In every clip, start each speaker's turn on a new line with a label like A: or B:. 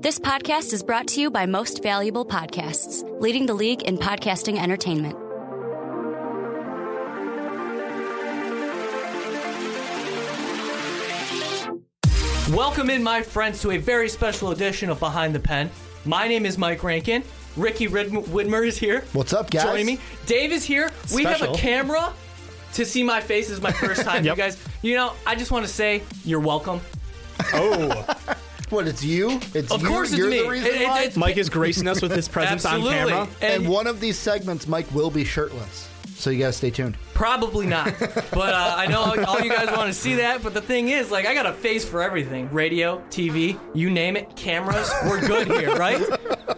A: This podcast is brought to you by Most Valuable Podcasts, leading the league in podcasting entertainment.
B: Welcome in, my friends, to a very special edition of Behind the Pen. My name is Mike Rankin. Ricky Rid- Widmer is here.
C: What's up, guys?
B: Joining me. Dave is here. We have a
D: Special.
B: camera to see my face. This is my first time,
D: Yep.
B: you guys. You know, I just want to say you're welcome.
D: Oh,
C: What? It's you. It's
B: Of
C: you?
B: course it's
C: You're
B: me.
C: the reason
B: It- it-
C: why.
B: it's-
D: Mike is gracing us with his presence on
B: Absolutely.
D: camera.
C: and, one of these segments, Mike will be shirtless, so you gotta stay tuned.
B: Probably not. but uh, I know all you guys want to see that. But the thing is, like, I got a face for everything radio, TV, you name it, cameras. We're good here, right?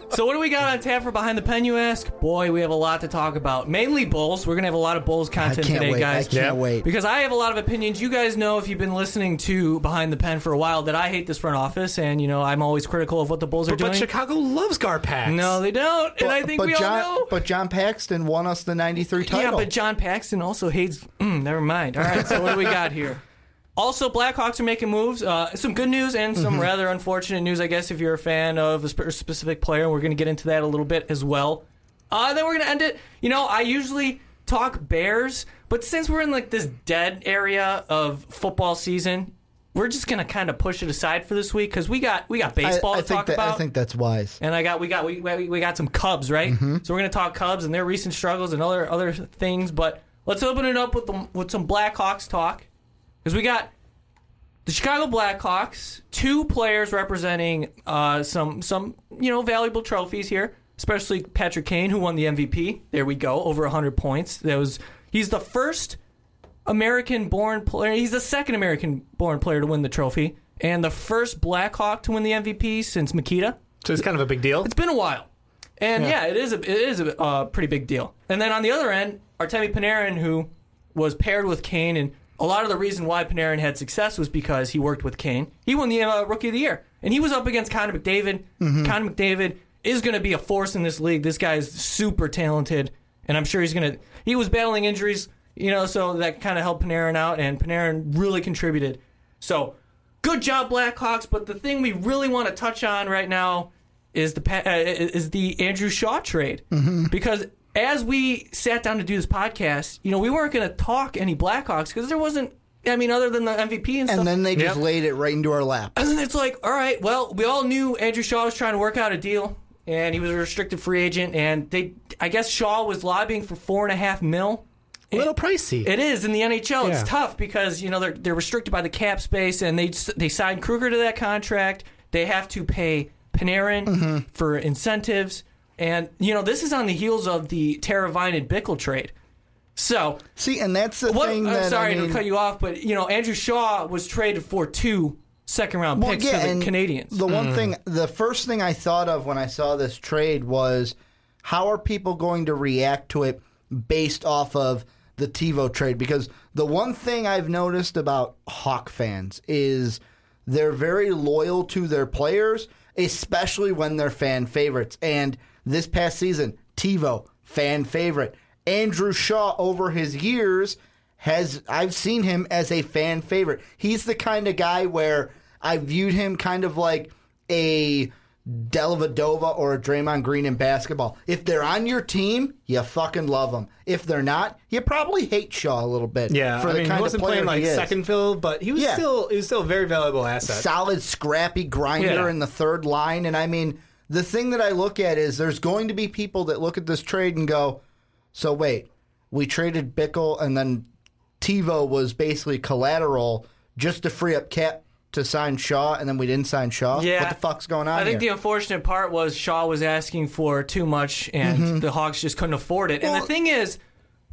B: So, what do we got on tap for Behind the Pen, you ask? Boy, we have a lot to talk about. Mainly Bulls. We're going to have a lot of Bulls
C: I
B: content
C: can't
B: today,
C: wait.
B: guys.
C: I can't wait.
B: Because I have a lot of opinions. You guys know if you've been listening to Behind the Pen for a while that I hate this front office, and, you know, I'm always critical of what the Bulls are
D: But,
B: doing.
D: but Chicago loves Garpax.
B: no, they don't. and I think
C: but
B: we
C: John,
B: all know.
C: But John Paxton won us the '93 title.
B: Yeah, but John Paxton also hates. Mm, never mind. All right, so what do we got here? Also, Blackhawks are making moves. Uh, some good news and some rather unfortunate news, I guess, if you're a fan of a spe- specific player. And we're going to get into that a little bit as well. Uh, then we're going to end it. You know, I usually talk Bears, but since we're in like this dead area of football season, we're just going to kind of push it aside for this week because we got we got
C: I,
B: baseball
C: I
B: to
C: think
B: talk
C: that,
B: about.
C: I think that's wise.
B: And I got we got we we, we got some Cubs right. So we're gonna talk Cubs and their recent struggles and other other things. But let's open it up with the, with some Blackhawks talk because we got the Chicago Blackhawks two players representing uh, some some you know valuable trophies here, especially Patrick Kane who won the MVP. There we go, over hundred points. That was he's the first American born player. He's the second American born player to win the trophy. And the first Blackhawk to win the MVP since Makita
D: So it's kind of a big deal.
B: it's been a while, and yeah, it is a it is a uh, pretty big deal. And then on the other end, Artemi Panarin, who was paired with Kane, and a lot of the reason why Panarin had success was because he worked with Kane. He won the uh, Rookie of the Year, and he was up against Connor McDavid. Connor McDavid is going to be a force in this league. This guy is super talented, and I'm sure he's going to. He was battling injuries, you know, so that kind of helped Panarin out, and Panarin really contributed. So. Good job, Blackhawks. But the thing we really want to touch on right now is the pa- uh, is the Andrew Shaw trade because as we sat down to do this podcast, you know, we weren't going to talk any Blackhawks because there wasn't. I mean, other than the MVP and stuff.
C: And then they just
D: Yep.
C: laid it right into our lap.
B: And it's like, all right, well, we all knew Andrew Shaw was trying to work out a deal, and he was a restricted free agent, and they, I guess, Shaw was lobbying for four and a half mil.
D: a little pricey.
B: It is in the NHL.
D: Yeah.
B: It's tough because you know they're they're restricted by the cap space, and they they signed Kruger to that contract. They have to pay Panarin
C: Mm-hmm.
B: for incentives, and you know this is on the heels of the Teravine and Bickle trade. So
C: See, and that's the
B: what?
C: thing that
B: I'm sorry
C: I mean,
B: to cut you off, but you know Andrew Shaw was traded for two second round
C: Well,
B: picks
C: yeah,
B: to
C: and
B: the Canadians.
C: The one thing, the first thing I thought of when I saw this trade was, how are people going to react to it based off of the TiVo trade? Because the one thing I've noticed about Hawk fans is they're very loyal to their players, especially when they're fan favorites. And this past season, TiVo fan favorite Andrew Shaw over his years has I've seen him as a fan favorite. He's the kind of guy where I viewed him kind of like a Delavadova or a Draymond Green in basketball. If they're on your team, you fucking love them. If they're not, you probably hate Shaw a little bit.
D: yeah,
C: for
D: I
C: the
D: mean,
C: kind
D: he wasn't
C: of player
D: playing like
C: he is.
D: second fill, but he was
C: Yeah.
D: still he was still a very valuable asset.
C: solid, scrappy grinder
B: Yeah.
C: in the third line. And I mean, the thing that I look at is there's going to be people that look at this trade and go, so wait, we traded Bickle and then TiVo was basically collateral just to free up cap to sign Shaw and then we didn't sign Shaw?
B: Yeah.
C: What the fuck's going on
B: I think
C: here?
B: the unfortunate part was Shaw was asking for too much, and the Hawks just couldn't afford it. and
C: Mm-hmm. Well-
B: the thing is,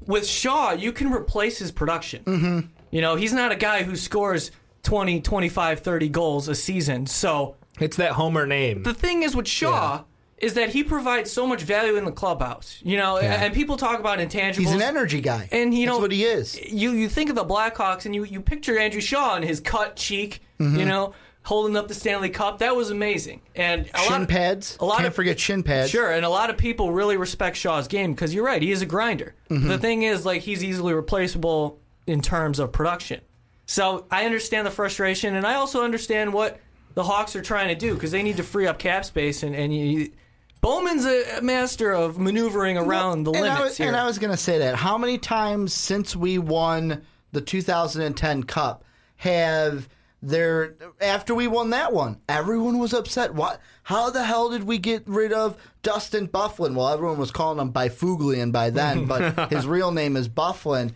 B: with Shaw, you can replace his production.
C: Mm-hmm.
B: You know, he's not a guy who scores 20, 25, 30 goals a season. So
D: It's that Homer name.
B: the thing is with Shaw. Is that he provides so much value in the clubhouse, you know? And people talk about intangibles.
C: He's an energy guy.
B: And you
C: That's
B: know
C: what he is.
B: You you think of the Blackhawks and you you picture Andrew Shaw and his cut cheek,
C: Mm-hmm.
B: you know, holding up the Stanley Cup. That was amazing. And a lot
C: Shin
B: of-
C: pads.
B: a lot
C: Can't
B: of
C: forget shin pads.
B: Sure, and a lot of people really respect Shaw's game because you're right, he is a grinder.
C: Mm-hmm.
B: The thing is, like, he's easily replaceable in terms of production. So I understand the frustration, and I also understand what the Hawks are trying to do because they need to free up cap space and and you, Bowman's a master of maneuvering around the
C: and
B: limits
C: I was,
B: here.
C: And I was going to say that. How many times since we won the 2010 Cup have there after we won that one, everyone was upset. What? How the hell did we get rid of Dustin Bufflin? Well, everyone was calling him Bifuglian by then, but his real name is Bufflin.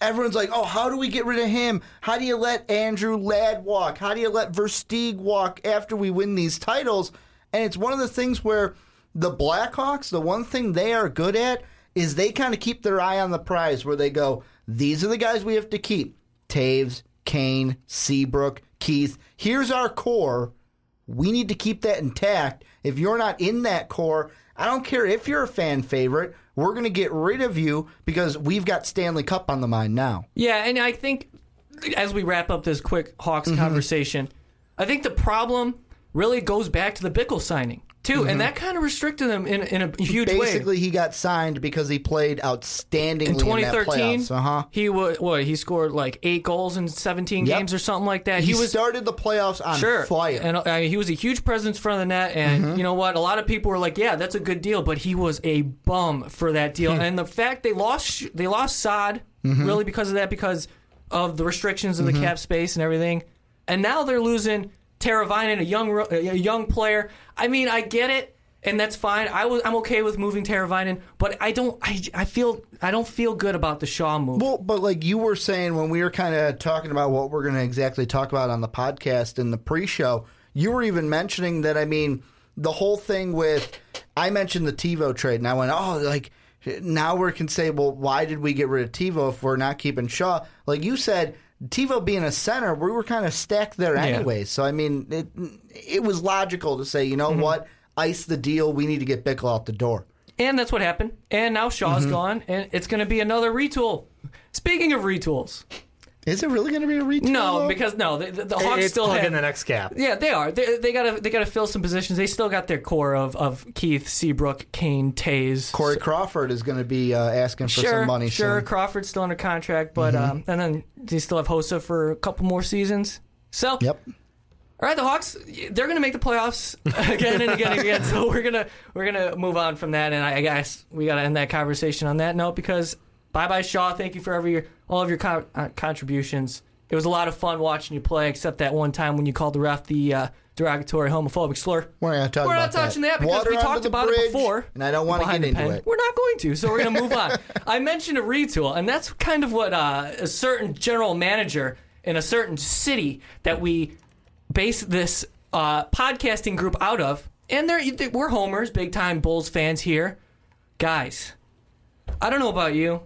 C: Everyone's like, "Oh, how do we get rid of him? How do you let Andrew Ladd walk? How do you let Versteeg walk after we win these titles?" And it's one of the things where the Blackhawks, the one thing they are good at is they kind of keep their eye on the prize where they go, these are the guys we have to keep. Taves, Kane, Seabrook, Keith. Here's our core. We need to keep that intact. If you're not in that core, I don't care if you're a fan favorite, we're going to get rid of you because we've got Stanley Cup on the mind now.
B: Yeah, and I think as we wrap up this quick Hawks
C: Mm-hmm.
B: conversation, I think the problem really goes back to the Bickle signing too, and that kind of restricted them in in a huge way.
C: Mm-hmm. Basically, he got signed because he played outstandingly
B: In 2013,
C: Uh huh.
B: he was what he scored like eight goals in 17
C: Yep.
B: games or something like that.
C: He,
B: He, was
C: started the playoffs on
B: sure,
C: fire. Mm-hmm.
B: and uh, he was a huge presence in front of the net. And you know what? A lot of people were like, "Yeah, that's a good deal," but he was a bum for that deal.
C: Hmm.
B: and the fact they lost they lost Sod
C: Mm-hmm.
B: really because of that, because of the restrictions of the cap space and everything. And now they're losing Teravainen, a young ro- a young player. I mean, I get it. And that's fine. I was I'm okay with moving Teravainen, but I don't I, I feel I don't feel good about the Shaw move.
C: Well, but like you were saying when we were kind of talking about what we're going to exactly talk about on the podcast in the pre-show, you were even mentioning that. I mean, the whole thing with I mentioned the TiVo trade, and I went, "Oh, like now we can say, well, why did we get rid of TiVo if we're not keeping Shaw?" Like you said, TiVo being a center, we were kind of stacked there anyway. So I mean, it it was logical to say, you know
B: Mm-hmm.
C: what, ice the deal. We need to get Bickle out the door.
B: And that's what happened. And now Shaw's
C: Mm-hmm.
B: gone, and it's going to be another retool. Speaking of retools,
C: Is it really going to be a retool?
B: no,
C: though?
B: because no, the, the, the
D: It-
B: Hawks
D: it's
B: still
D: plugging
B: have.
D: the next gap.
B: yeah, they are. They, they gotta they gotta fill some positions. They still got their core of, of Keith, Seabrook, Kane, Tays.
C: Corey Crawford is going to be uh, asking for
B: sure,
C: some money. Mm-hmm.
B: sure.
C: soon.
B: Crawford's still under contract, but um, and then they still have Hosa for a couple more seasons. So
C: Yep.
B: All right, the Hawks, they're going to make the playoffs again and again and again. So we're going to we're going to move on from that and I I guess we got to end that conversation on that note because bye-bye Shaw, thank you for every all of your con- uh, contributions. It was a lot of fun watching you play except that one time when you called the ref the uh, derogatory homophobic slur.
C: We're not talking
B: We're not
C: about
B: touching that, because
C: Water
B: we
C: under
B: talked
C: the
B: about
C: bridge,
B: it before.
C: And I don't want to
B: behind
C: get
B: the
C: into
B: pen.
C: it.
B: We're not going to, so we're going to move on. I mentioned a retool, and that's kind of what uh, a certain general manager in a certain city that we base this uh, podcasting group out of, and they're, they- we're homers, big time Bulls fans here. Guys, I don't know about you.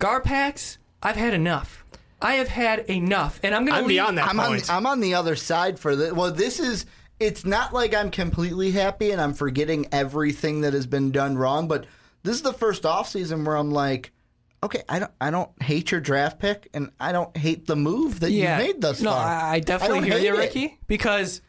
B: Garpax, I've had enough. I have had enough, and I'm going to
D: I'm
B: leave.
D: beyond that
C: I'm on,
D: point.
C: I'm on the other side for this. Well, this is. It's not like I'm completely happy and I'm forgetting everything that has been done wrong, but this is the first offseason where I'm like, okay, I don't, I don't hate your draft pick and I don't hate the move that
B: yeah.
C: you've made thus
B: no,
C: far.
B: I, I definitely hear
C: don't hate
B: you,
C: it.
B: Ricky, because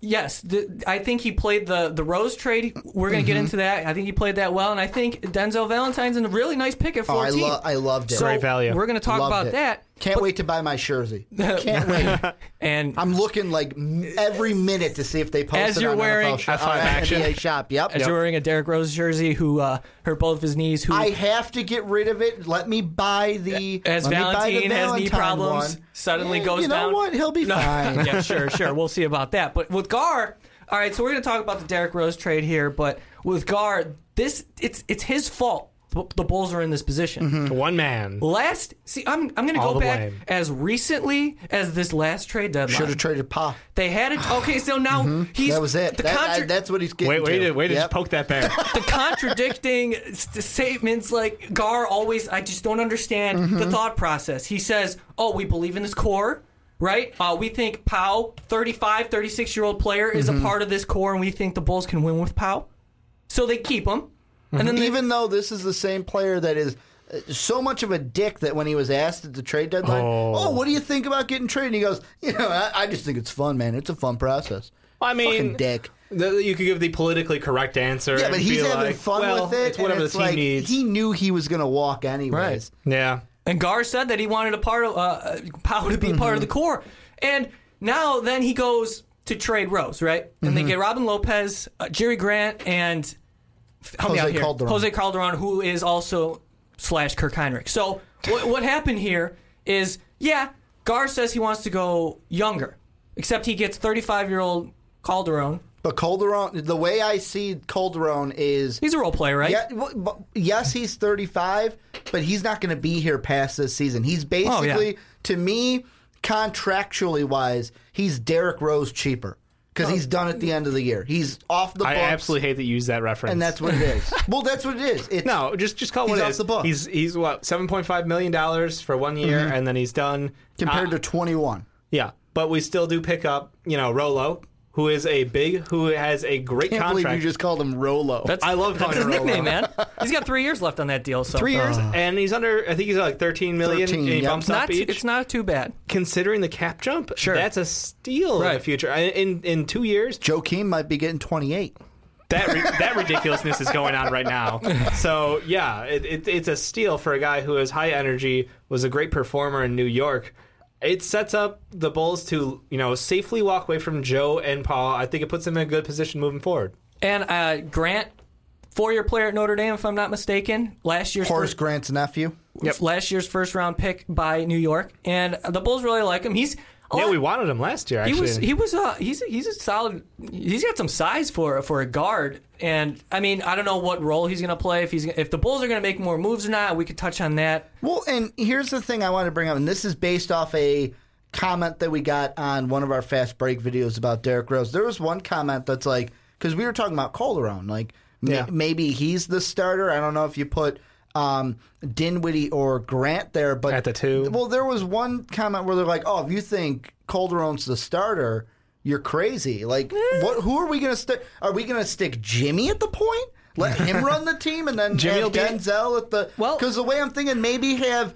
B: yes, th I think he played the the Rose trade. We're gonna
C: Mm-hmm.
B: get into that. I think he played that well, and I think Denzel Valentine's in a really nice pick at
C: Oh, I,
B: fourteen.
C: lo- I loved it.
B: so
D: Great value.
B: We're gonna talk
C: Loved
B: about
C: it.
B: that.
C: Can't wait to buy my jersey. Can't wait.
B: And
C: I'm looking like m- every minute to see if they post
B: As
C: it
B: you're
C: on
B: wearing-
C: NFL shop,
D: High five
C: uh,
D: action.
C: NBA shop. Yep.
B: as you're wearing a Derrick Rose jersey, who uh, hurt both of his knees, who
C: I have to get rid of it. Let me buy the
B: as
C: let me buy the
B: Valentine has knee
C: Valentine
B: problems,
C: one.
B: suddenly
C: Yeah,
B: goes
C: You know
B: down.
C: what? He'll be fine.
B: yeah, sure, sure. We'll see about that. But with Gar, all right. So we're going to talk about the Derrick Rose trade here. But with Gar, this it's it's his fault. The the Bulls are in this position.
C: Mm-hmm.
D: Mm. One man.
B: Last, see, I'm I'm going to
D: All
B: go
D: the
B: back
D: blame.
B: as recently as this last trade deadline.
C: Should have traded Pa.
B: They had it. Okay, so now he's
C: Mm-hmm. That was it.
B: The
C: That- I-
B: contra-
C: that's what he's getting.
D: Wait, wait,
C: to.
D: to, wait to
C: Yep.
D: just poke that bear.
B: the contradicting s- statements like Gar always I just don't understand
C: Mm-hmm.
B: the thought process. He says, "Oh, we believe in this core, right? Uh, we think Pow, 35, 36-year-old player is
C: Mm-hmm.
B: a part of this core and we think the Bulls can win with Pow." So they keep him. And then they,
C: Even though this is the same player that is uh, so much of a dick that when he was asked at the trade deadline, oh,
D: Oh.
C: what do you think about getting traded? He goes, you know, I, I just think it's fun, man. It's a fun process.
D: I
C: Fucking
D: mean,
C: dick.
D: the- you could give the politically correct answer.
C: Yeah, but
D: and
C: he's
D: be
C: having
D: like,
C: fun
D: well,
C: with it.
D: It's whatever
C: and it's
D: the team
C: like,
D: needs.
C: He knew he was going to walk anyways.
D: yeah.
B: And Gar said
C: Mm-hmm.
B: that he wanted a part of uh, Powell to be part of the core. And now then he goes to trade Rose, right? And
C: Mm-hmm.
B: they get Robin Lopez, uh, Jerry Grant, and help me
C: Jose
B: out here.
C: Calderon.
B: Jose Calderon, who is also slash Kirk Heinrich. So what, what happened here is, yeah, Gar says he wants to go younger, except he gets 35 year old Calderon.
C: But Calderon, the way I see Calderon is
B: He's a role player, right?
C: Yeah, w- but yes, he's 35, but he's not going to be here past this season.
D: Oh,
C: He's basically, to me, contractually wise, he's Derrick Rose cheaper because he's done at the end of the year. He's off the
D: I
C: books,
D: absolutely hate that you use that reference.
C: and that's what it is. well, that's what it is. It's,
D: no, just just call it
C: He's
D: what it
C: off
D: is.
C: the books.
D: He's he's what seven point five million dollars for one year, and then he's done.
C: Mm-hmm. compared
D: Uh,
C: to 21.
D: yeah, but we still do pick up you know Rolo, who is a big, who has a great
C: Can't believe
D: contract.
C: you just called him Rolo.
D: I love
B: That's
D: calling
B: his
D: him Rolo.
B: nickname, man. He's got three years left on that deal. So
D: Three years, Uh-huh. and he's under. I think he's like thirteen million.
C: 13,
D: and he
C: yeah.
D: bumps
B: Not,
D: up each.
B: it's not too bad.
D: considering the cap jump,
B: Sure.
D: that's a steal in the
B: Right.
D: future. I- In in two years,
C: Joakim might be getting 28.
D: that ri- that ridiculousness is going on right now. So yeah, it, it, it's a steal for a guy who is high energy, was a great performer in New York. It sets up the Bulls to you know safely walk away from Joe and Paul. I think it puts them in a good position moving forward.
B: And uh, Grant, four-year player at Notre Dame, if I'm not mistaken. Last year's
C: Horace
B: first,
C: Grant's nephew.
B: last year's first-round pick by New York, and the Bulls really like him. He's a
D: Yeah,
B: lot-
D: we wanted him last year.
B: he
D: Actually,
B: was he was a he's a, he's a solid. He's got some size for for a guard, and I mean I don't know what role he's gonna play if he's if the Bulls are gonna make more moves or not. We could touch on that.
C: Well, and here's the thing I want to bring up, and this is based off a comment that we got on one of our fast break videos about Derrick Rose. There was one comment that's like, because we were talking about Calderon, like ma-
D: Yeah.
C: maybe he's the starter. I don't know if you put um, Dinwiddie or Grant there, but
D: At the two.
C: Well, there was one comment where they're like, "Oh, if you think Calderon's the starter." You're crazy. Like,
D: Eh.
C: what? Who are we gonna stick? Are we gonna stick Jimmy at the point? Let him run the team, and then
D: Jimmy
C: Jimmy
D: will be-
C: Denzel at the
B: Well-
C: because the way I'm thinking, maybe have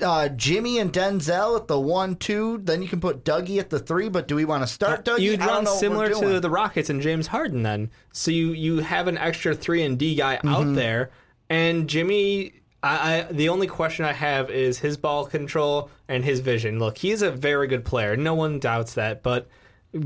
C: uh, Jimmy and Denzel at the one two. Then you can put Dougie at the three. But do we want to start Dougie?
D: Uh, You'd
C: I don't
D: run
C: know what
D: similar
C: we're
D: to
C: doing.
D: the Rockets and James Harden then. So you you have an extra three and D guy
C: Mm-hmm.
D: out there, and Jimmy. I, I the only question I have is his ball control and his vision. Look, he's a very good player. No one doubts that, but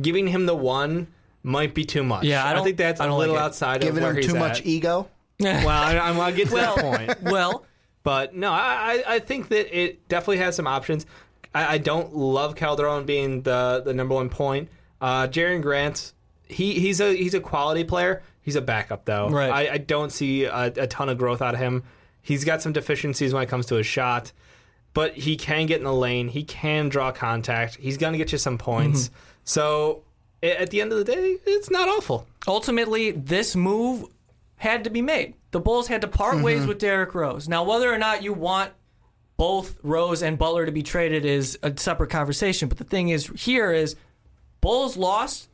D: giving him the one might be too much.
B: Yeah, I don't-
D: think that's
B: I
D: a
B: don't
D: little
B: like it.
D: outside of
C: giving
D: where
C: him
D: he's
C: too
D: at.
C: much e ego.
D: well, I, I'm, I'll get to that point.
B: Well,
D: But no, I, I I think that it definitely has some options. I, I don't love Calderon being the, the number one point. Uh, Jaron Grant, he, he's a he's a quality player. He's a backup though.
B: Right.
D: I, I don't see a, a ton of growth out of him. He's got some deficiencies when it comes to his shot, but he can get in the lane. He can draw contact. He's gonna get you some points. So a- at the end of the day, it's not awful.
B: ultimately this move had to be made. The Bulls had to part
C: Mm-hmm.
B: ways with Derrick Rose. Now, whether or not you want both Rose and Butler to be traded is a separate conversation. But the thing is, here is Bulls lost.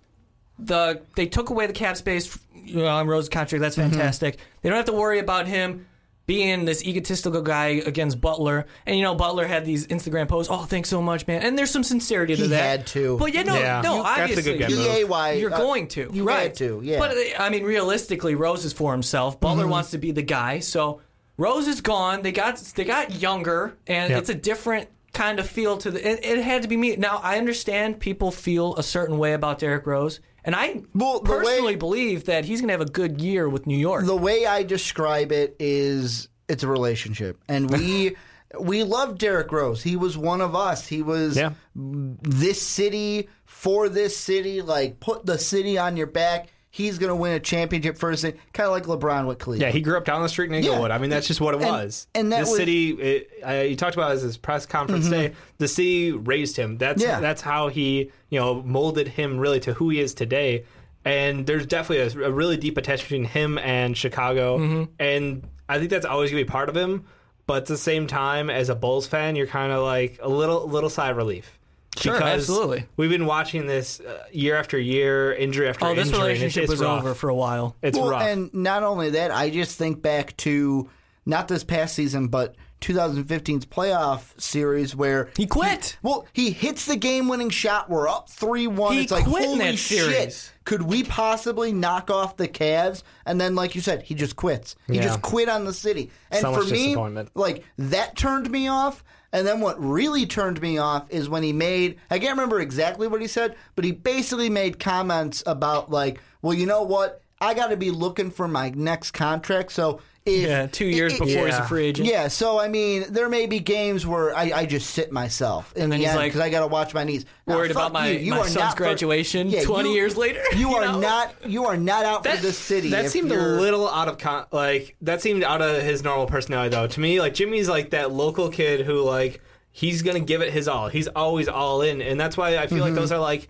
B: The they took away the cap space you know, on Rose's contract. That's
C: Mm-hmm.
B: fantastic. They don't have to worry about him being this egotistical guy against Butler. And you know, Butler had these Instagram posts. Oh, thanks so much, man. And there's some sincerity to
C: He
B: that.
C: had to.
B: But yeah, no,
D: Yeah.
B: no,
D: That's a good
B: obviously,
D: guy move.
C: E A Y.
B: you're going to.
C: You
B: right.
C: had to. Yeah.
B: But uh, I mean, realistically, Rose is for himself. Butler
D: Mm-hmm.
B: wants to be the guy. So Rose is gone. They got they got younger, and
D: Yep.
B: it's a different kind of feel to the. It, it had to be me. Now I understand people feel a certain way about Derrick Rose, and I
C: Well, the way-
B: personally believe that he's going to have a good year with New York.
C: the way I describe it is it's a relationship, and we we love Derrick Rose. He was one of us. He was
D: Yeah.
C: this city for this city. Like put the city on your back. He's gonna win a championship first thing, kind of like LeBron with Cleveland.
D: Yeah, he grew up down the street in Inglewood. I mean, that's just what it
C: And-
D: was.
C: and that
D: the
C: was-
D: city, it, I, you talked about it as his press conference day. The city raised him. That's
C: Yeah.
D: that's how he, you know, molded him really to who he is today. And there's definitely a, a really deep attachment between him and Chicago, and I think that's always gonna be part of him. But at the same time, as a Bulls fan, you're kind of like a little little sigh of relief.
B: Sure, absolutely.
D: We've been watching this uh, year after year, injury after
B: oh,
D: injury.
B: this
D: and it's-
B: relationship
D: it's
B: was
D: rough.
B: over for a while.
D: It's
C: Well,
D: rough.
C: and not only that, I just think back to not this past season, but 2015's playoff series where
B: He quit.
C: well, he hits the game-winning shot. We're up three-one.
B: He
C: It's like
B: quit in
C: holy
B: that series.
C: shit! Could we possibly knock off the Cavs? And then, like you said, he just quits. He
D: Yeah.
C: just quit on the city. And
D: So
C: for
D: much
C: me,
D: disappointment.
C: like that turned me off. And then what really turned me off is when he made I can't remember exactly what he said, but he basically made comments about like, well, you know what? I got to be looking for my next contract. So if
B: Yeah, two years
C: i- i-
B: before he's a
D: yeah.
B: free agent.
C: yeah, so I mean, there may be games where I, I just sit myself, and
B: then
C: then
B: he's like,
C: because I got to watch my knees. Nah,
B: worried
C: fuck
B: about my-
C: you. You
B: my
C: are
B: son's
C: not for-
B: graduation 20 years later,
C: You,
B: you
C: are
B: know?
C: not. You are not out for this city.
D: That
C: if
D: seemed a
C: you're-
D: little out of con- like that seemed out of his normal personality though. To me, like Jimmy's like that local kid who like he's gonna give it his all. He's always all in, and that's why I feel
B: Mm-hmm.
D: like those are like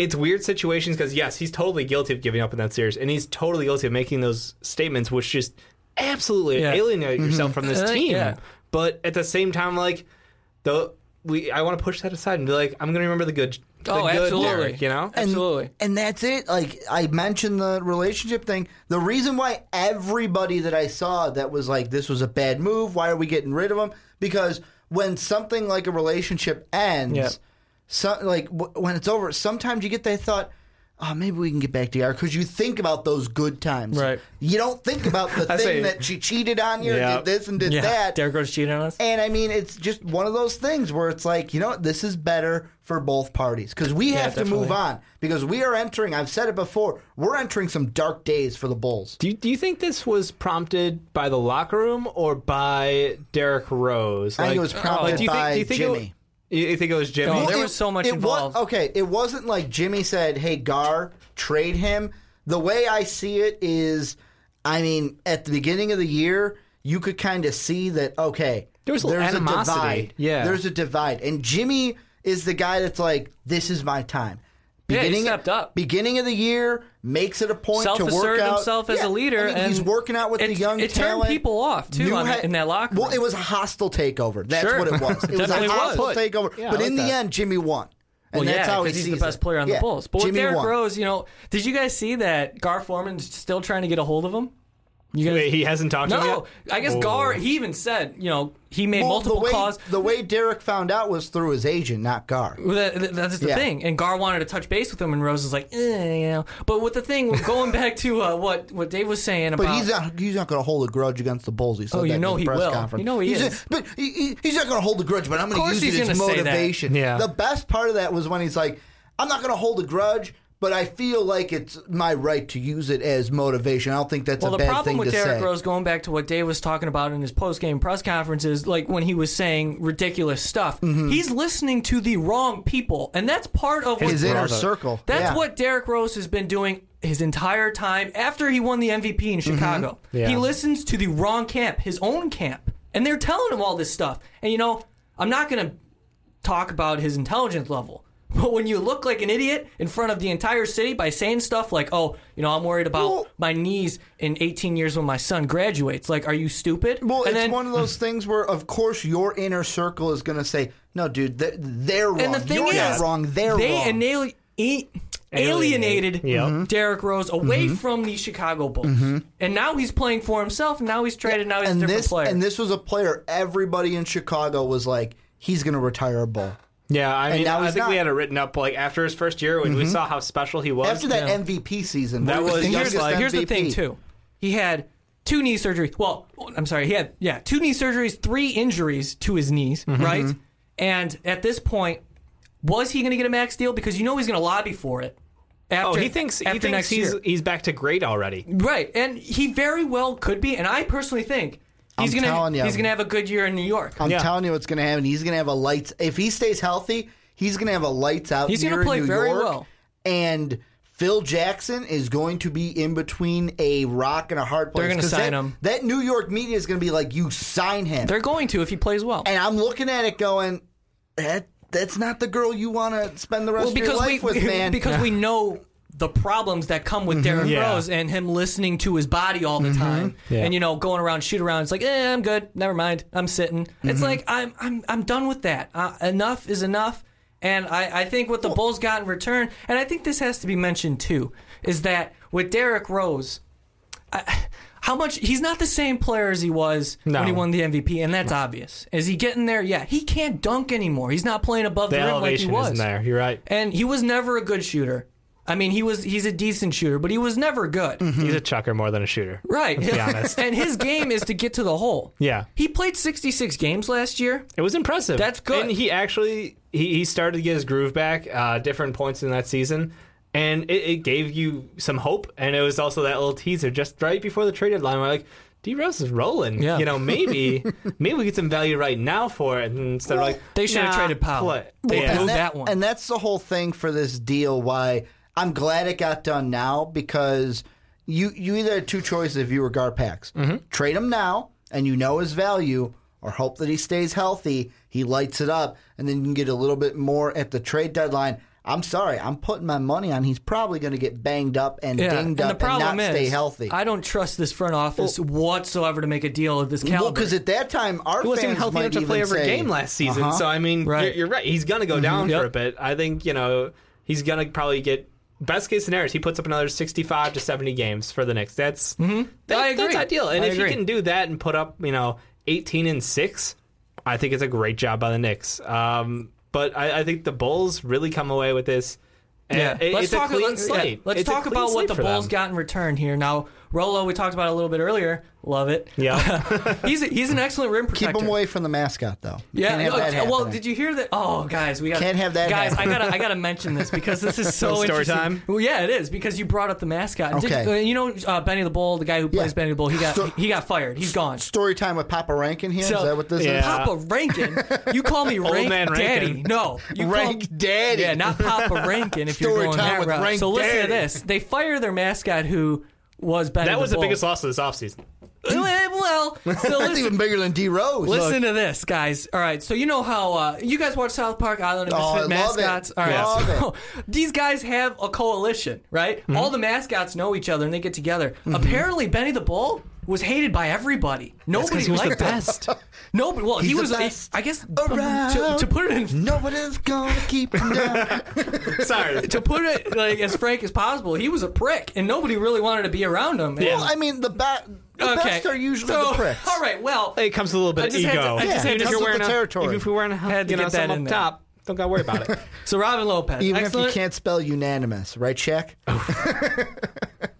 D: it's weird situations because yes, he's totally guilty of giving up in that series, and he's totally guilty of making those statements, which just absolutely
B: Yeah.
D: alienate yourself from this
B: Uh,
D: team.
B: yeah.
D: But at the same time, like the we, I want to push that aside and be like, I'm gonna remember the good. The
B: Oh,
D: good
B: absolutely.
D: Derek, you know.
C: And-
B: Absolutely.
C: And that's it. Like I mentioned the relationship thing. The reason why everybody that I saw that was like, this was a bad move. Why are we getting rid of him? Because when something like a relationship ends,
B: Yeah.
C: so, like w- when it's over, sometimes you get that thought. Oh, maybe we can get back together because you think about those good times.
B: Right.
C: You don't think about the thing
D: say-
C: that she cheated on you,
D: Yeah.
C: and did this and did
B: Yeah,
C: that.
B: Derek Rose cheated on us.
C: And I mean, it's just one of those things where it's like, you know what, this is better for both parties because we have to
B: definitely.
C: move on because we are entering. I've said it before. We're entering some dark days for the Bulls.
D: Do you, do you think this was prompted by the locker room or by Derek Rose?
C: I think it was prompted by Jimmy.
D: It, you think it was Jimmy?
B: No,
D: Well,
B: there
C: it-
B: was so much
C: it wa-
B: involved.
C: okay, it wasn't like Jimmy said, "Hey, Gar, trade him." The way I see it is, I mean, at the beginning of the year, you could kind of see that. Okay,
D: There was a little
C: there's
D: animosity.
C: a divide.
D: Yeah.
C: there's a divide, and Jimmy is the guy that's like, "This is my time."
B: Yeah, he stepped up.
C: Beginning of the year makes it a point to work
B: Self-asserted
C: out
B: himself as
C: Yeah,
B: a leader,
C: I mean, he's
B: and
C: working out with the
B: it's-
C: young
B: it turned
C: talent.
B: people off, too,
C: New
B: on-
C: head-
B: in that locker
C: Well,
B: room.
C: it was a hostile takeover. That's
B: Sure.
C: what it was. It was
B: Definitely
C: a
B: was.
C: hostile takeover.
D: Yeah, I
C: but
D: like
C: in the
D: that.
C: end, Jimmy won. And
B: Well,
C: that's
B: yeah,
C: how he
B: because he's the
C: sees
B: best
C: it.
B: player on the
C: Yeah,
B: Bulls. But with
C: Jimmy
B: Derrick
C: won.
B: Rose, you know, did you guys see that Gar Foreman's still trying to get a hold of him? You guys,
D: Wait, he hasn't talked to him
B: no,
D: yet?
B: I guess
D: Oh.
B: Gar. He even said, you know, he made
C: Well,
B: multiple
C: the way,
B: calls.
C: The way Derek found out was through his agent, not Gar.
B: Well, that- that- that's just the
C: Yeah.
B: thing. And Gar wanted to touch base with him, and Rose was like, eh, you know. But with the thing, going back to uh, what what Dave was saying about,
C: But he's not. He's not going to hold a grudge against the Bulls. He said
B: Uh, Oh, you
C: that in
B: know
C: his
B: he
C: press
B: will.
C: Conference.
B: You know he
C: he's
B: is.
C: but he, he- he's not going to hold a grudge. But I'm going
B: course
C: to use
B: he's
C: it as
B: gonna say that.
C: motivation.
D: Yeah.
C: The best part of that was when he's like, "I'm not going to hold a grudge." But I feel like it's my right to use it as motivation. I don't think that's
B: well,
C: a
B: the
C: bad
B: problem
C: thing
B: with
C: to
B: Derrick
C: say.
B: Rose, going back to what Dave was talking about in his post game press conference, is like when he was saying ridiculous stuff.
C: Mm-hmm.
B: He's listening to the wrong people, and that's part of what
C: His inner
B: Rose-
C: circle.
B: That's
C: Yeah.
B: what Derrick Rose has been doing his entire time after he won the MVP in
C: Mm-hmm.
B: Chicago.
D: Yeah.
B: He listens to the wrong camp, his own camp, and they're telling him all this stuff. And you know, I'm not going to talk about his intelligence level. But when you look like an idiot in front of the entire city by saying stuff like, "Oh, you know, I'm worried about
C: Well-
B: my knees in 18 years when my son graduates," like, are you stupid?
C: Well,
B: and
C: it's
B: then,
C: one of those things where, of course, your inner circle is going to say, "No, dude, they're, they're wrong.
B: and the thing
C: You're
B: is,
C: not wrong. They're
B: they
C: wrong."
B: anal- e- alienated Mhm.
D: Alienated. Yep. Mm-hmm.
B: Derrick Rose away from the Chicago Bulls, and now he's playing for himself. And now he's traded. Now he's a
C: and
B: different
C: this
B: player.
C: and this was a player everybody in Chicago was like, "He's going to retire a bull."
D: Yeah, I mean,
C: now
D: I
C: he's
D: think we
C: not. Mm-hmm.
D: had it written up like after his first year when we saw how special he was.
C: After that MVP season,
D: That
C: where he
D: was
C: the
D: just
B: here's,
C: youngest
D: like-
B: here's the thing
C: MVP.
B: too. He had two knee surgeries. Well, I'm sorry. He had yeah, two knee surgeries, three injuries to his knees,
D: Mm-hmm.
B: right? And at this point, was he going to get a max deal? Because you know he's going to lobby for it. After,
D: oh, he thinks
B: after
D: he thinks
B: next
D: he's
B: year.
D: he's back to great already.
B: right, and he very well could be. And I personally think he's
C: I'm
B: going
C: telling
B: to
C: you.
B: he's going to have a good year in New York.
C: I'm
D: Yeah.
C: telling you what's going to happen. He's going to have a lights. If he stays healthy, he's going to have a lights out.
B: He's
C: going
B: gonna
C: to
B: play
C: New
B: very
C: York,
B: well.
C: And Phil Jackson is going to be in between a rock and a hard place.
B: They're gonna
C: 'Cause
B: sign
C: that-
B: him.
C: That New York media is going to be like, "You sign him."
B: They're going to if he plays well.
C: and I'm looking at it going, that that's not the girl you want to spend the rest
B: well,
C: of your
B: because we
C: life with, man.
B: because we know the problems that come with Derrick
D: Mm-hmm. Yeah. Mm-hmm.
B: Rose and him listening to his body all the time,
D: Yeah.
B: and you know going around shoot around. It's like, eh, I'm good, never mind, I'm sitting.
D: Mm-hmm.
B: It's like I'm I'm I'm done with that. Uh, enough is enough. And I, I think what the Bulls got in return, and I think this has to be mentioned too, is that with Derrick Rose, I, how much he's not the same player as he was
D: No.
B: when he won the MVP, and that's obvious. Is he getting there? Yeah, he can't dunk anymore. He's not playing above
D: The
B: the rim like he
D: elevation
B: was.
D: isn't there. You're right.
B: And he was never a good shooter. I mean, he was he's a decent shooter, but he was never good.
D: He's a chucker more than a shooter.
B: Right.
D: Mm-hmm. Let's be honest.
B: and his game is to get to the hole.
D: Yeah.
B: He played 66 games last year.
D: It was impressive.
B: That's good.
D: And he actually he, he started to get his groove back. Uh, different points in that season, and it, it gave you some hope. And it was also that little teaser just right before the trade deadline. We're like, D Rose is rolling.
B: Yeah.
D: You know, maybe maybe we get some value right now for it. And instead of like
B: They should have
D: nah,
B: traded Powell.
D: play.
B: They
D: Yeah.
B: blew that one.
C: And that's the whole thing for this deal. Why I'm glad it got done now because you you either had two choices if you were Garpax:
B: Mm-hmm.
C: trade him now, and you know his value, or hope that he stays healthy, he lights it up, and then you can get a little bit more at the trade deadline. I'm sorry, I'm putting my money on he's probably going to get banged up and
B: Yeah.
C: dinged up and not stay healthy.
B: I don't trust this front office whatsoever to make a deal of this caliber.
C: well, because at that time our
D: He wasn't even
C: fans
D: healthy
C: might
D: enough to play
C: even
D: every
C: say,
D: game last season.
C: Uh-huh.
D: So I mean,
B: Right. Mm-hmm.
D: You're, you're right. He's gonna go down
B: Yep.
D: for a bit. I think you know he's gonna probably get best case scenarios. He puts up another 65 to 70 games for the Knicks. That's that-
B: Mm-hmm. I
D: that's
B: agree.
D: ideal. And
B: I
D: if
B: agree.
D: he can do that and put up you know 18 and six, I think it's a great job by the Knicks. Um, but I, I think the Bulls really come away with this. And
B: yeah.
D: it-
B: let's
D: it's a
B: talk,
D: clean
B: let's, yeah,
D: slate.
B: let's
D: It's a
B: talk
D: clean
B: about what
D: slate
B: the
D: for
B: Bulls
D: them.
B: got in return here. Now, Rolo, we talked about it a little bit earlier. Love it.
D: Yeah.
B: he's, a, he's an excellent rim protector.
C: Keep him away from the mascot, though. You
B: Yeah.
C: can't have
B: no,
C: that
B: well,
C: happening.
B: did you hear that? Oh, guys, we got
C: Can't have that
B: Guys,
C: happen.
B: I gotta I gotta mention this because this is so
D: Story
B: interesting.
D: time?
B: Well, yeah, it is because you brought up the mascot. And did-
C: Okay.
B: uh, you know uh, Benny the Bull, the guy who plays
C: Yeah.
B: Benny the Bull. He got
C: So-
B: he got fired. He's gone.
C: story time with Papa Rankin here? Is
B: So-
C: that what this
D: Yeah.
C: is?
B: Papa Rankin, you call me
D: Old
B: Rank
D: man
B: Daddy?
D: Rankin.
B: No, you call-
C: Rank Daddy.
B: Yeah, not Papa Rankin. If you're
C: Story
B: going
C: time
B: that
C: with
B: route.
C: Rank
B: so listen to
C: Daddy.
B: this: they fire their mascot, who was Benny.
D: That was the
B: Bull.
D: biggest loss of this offseason.
B: Well, so
C: That's
B: listen,
C: even bigger than D Rose.
B: Listen to this, guys. All right, so you know how uh, you guys watch South Park Island and
C: Oh,
B: Misfit
C: I love it.
B: mascots. All right,
C: Love Mm-hmm.
B: so these guys have a coalition, right? All the mascots know each other and they get together. Apparently, Benny the Bull was hated by everybody. Nobody
D: he was the
B: liked him.
D: best.
B: Nobody. Well, he
C: He's the
B: was.
C: best
B: I guess
C: around.
B: to, to put it in.
C: no one is gonna keep him down.
D: Sorry.
B: To put it like as frank as possible, he was a prick, and nobody really wanted to be around him.
C: Well, I mean, the, ba- the best are usually
B: so,
C: the pricks.
B: All right. Well,
D: It comes with a little bit
B: I
D: of
B: just had to-
D: ego.
B: I just
C: Yeah,
B: had
C: it
B: to
C: comes
B: you're
C: with
B: wearing
C: the
B: a-
C: territory.
D: Even if we weren't
B: Had to
D: you know,
B: get that
D: something
B: in
D: up
B: there.
D: top, don't gotta worry about it.
B: so Robin Lopez,
C: Even
B: excellent.
C: if you can't spell unanimous, right, Shaq?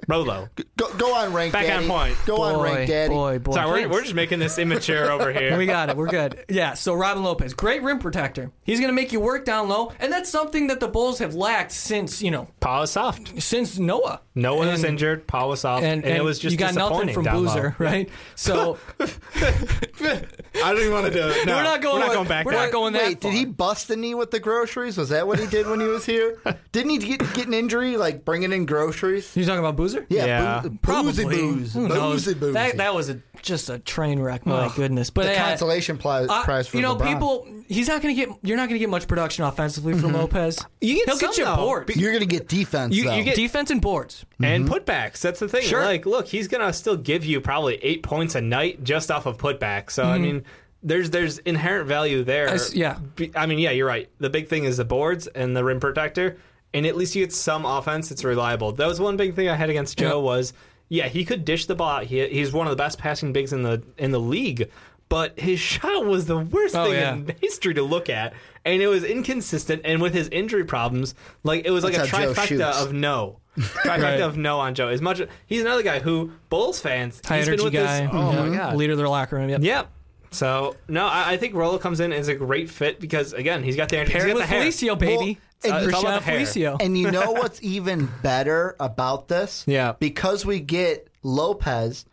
D: Rolo.
C: Go, go on, rank
D: Back on
C: daddy.
D: point.
C: Go on, rank daddy.
B: Boy, boy.
D: Sorry, we're,
B: Thanks.
D: we're just making this immature over here.
B: we got it. We're good. Yeah. So Robin Lopez, great rim protector. He's going to make you work down low, and that's something that the Bulls have lacked since you know
D: Paul was soft.
B: since Noah.
D: No one was injured. Paul was soft,
B: And,
D: and,
B: and
D: it was just
B: you got nothing
D: disappointing
B: from
D: down low.
B: Boozer, right? So
D: I don't even want to do it. No,
B: we're not going.
D: We're not going back.
B: We're
D: there.
B: not going that.
C: Wait, did he
B: far.
C: bust a knee with the groceries? Was that what he did when he was here? Didn't he get, get an injury, like bringing in groceries?
B: You talking about Boozer?
D: Yeah.
C: boo-
B: Probably.
C: boozy booze.
B: Who knows?
C: Boozy booze.
B: That, that was a just a train wreck. My goodness. But
C: the
B: yeah,
C: consolation pli-
B: I-
C: prize for
B: you know,
C: LeBron.
B: people. He's not going to get. You're not going to get much production offensively from
C: Mm-hmm.
B: Lopez.
D: You get
B: He'll
D: some,
B: get you
D: though.
B: boards,
C: You're going to get defense,
D: You- you
C: though.
D: get-
B: defense, and boards.
D: and putbacks. That's the thing.
B: Sure.
D: Like, look, he's gonna still give you probably eight points a night just off of putback. So I mean, there's there's inherent value there.
B: s- yeah.
D: Be- I mean, yeah, you're right. The big thing is the boards and the rim protector, and at least you get some offense. It's reliable. That was one big thing I had against Joe was, yeah, he could dish the ball. out. He, he's one of the best passing bigs in the in the league. But his shot was the worst
B: Oh,
D: thing
B: yeah.
D: in history to look at, and it was inconsistent. And with his injury problems, like it was
C: That's
D: like a
C: how Joe
D: trifecta
C: shoots.
D: of no. Trifecta
B: Right.
D: of no on Joe. As much he's another guy who Bulls fans.
B: High
D: he's been
B: energy
D: with
B: guy.
D: This, oh
B: yeah,
D: my god.
B: Leader of their locker room. Yep.
D: Yep. So no, I, I think Rolo comes in as a great fit because again he's got the energy.
B: Paired
D: he's got
B: with
D: the hair.
B: Felicio, baby.
D: Well,
B: Uh,
D: it's all about
B: Rashad
D: the hair.
B: Felicio.
C: And you know what's even better about this?
D: Yeah.
C: Because we get Lopez,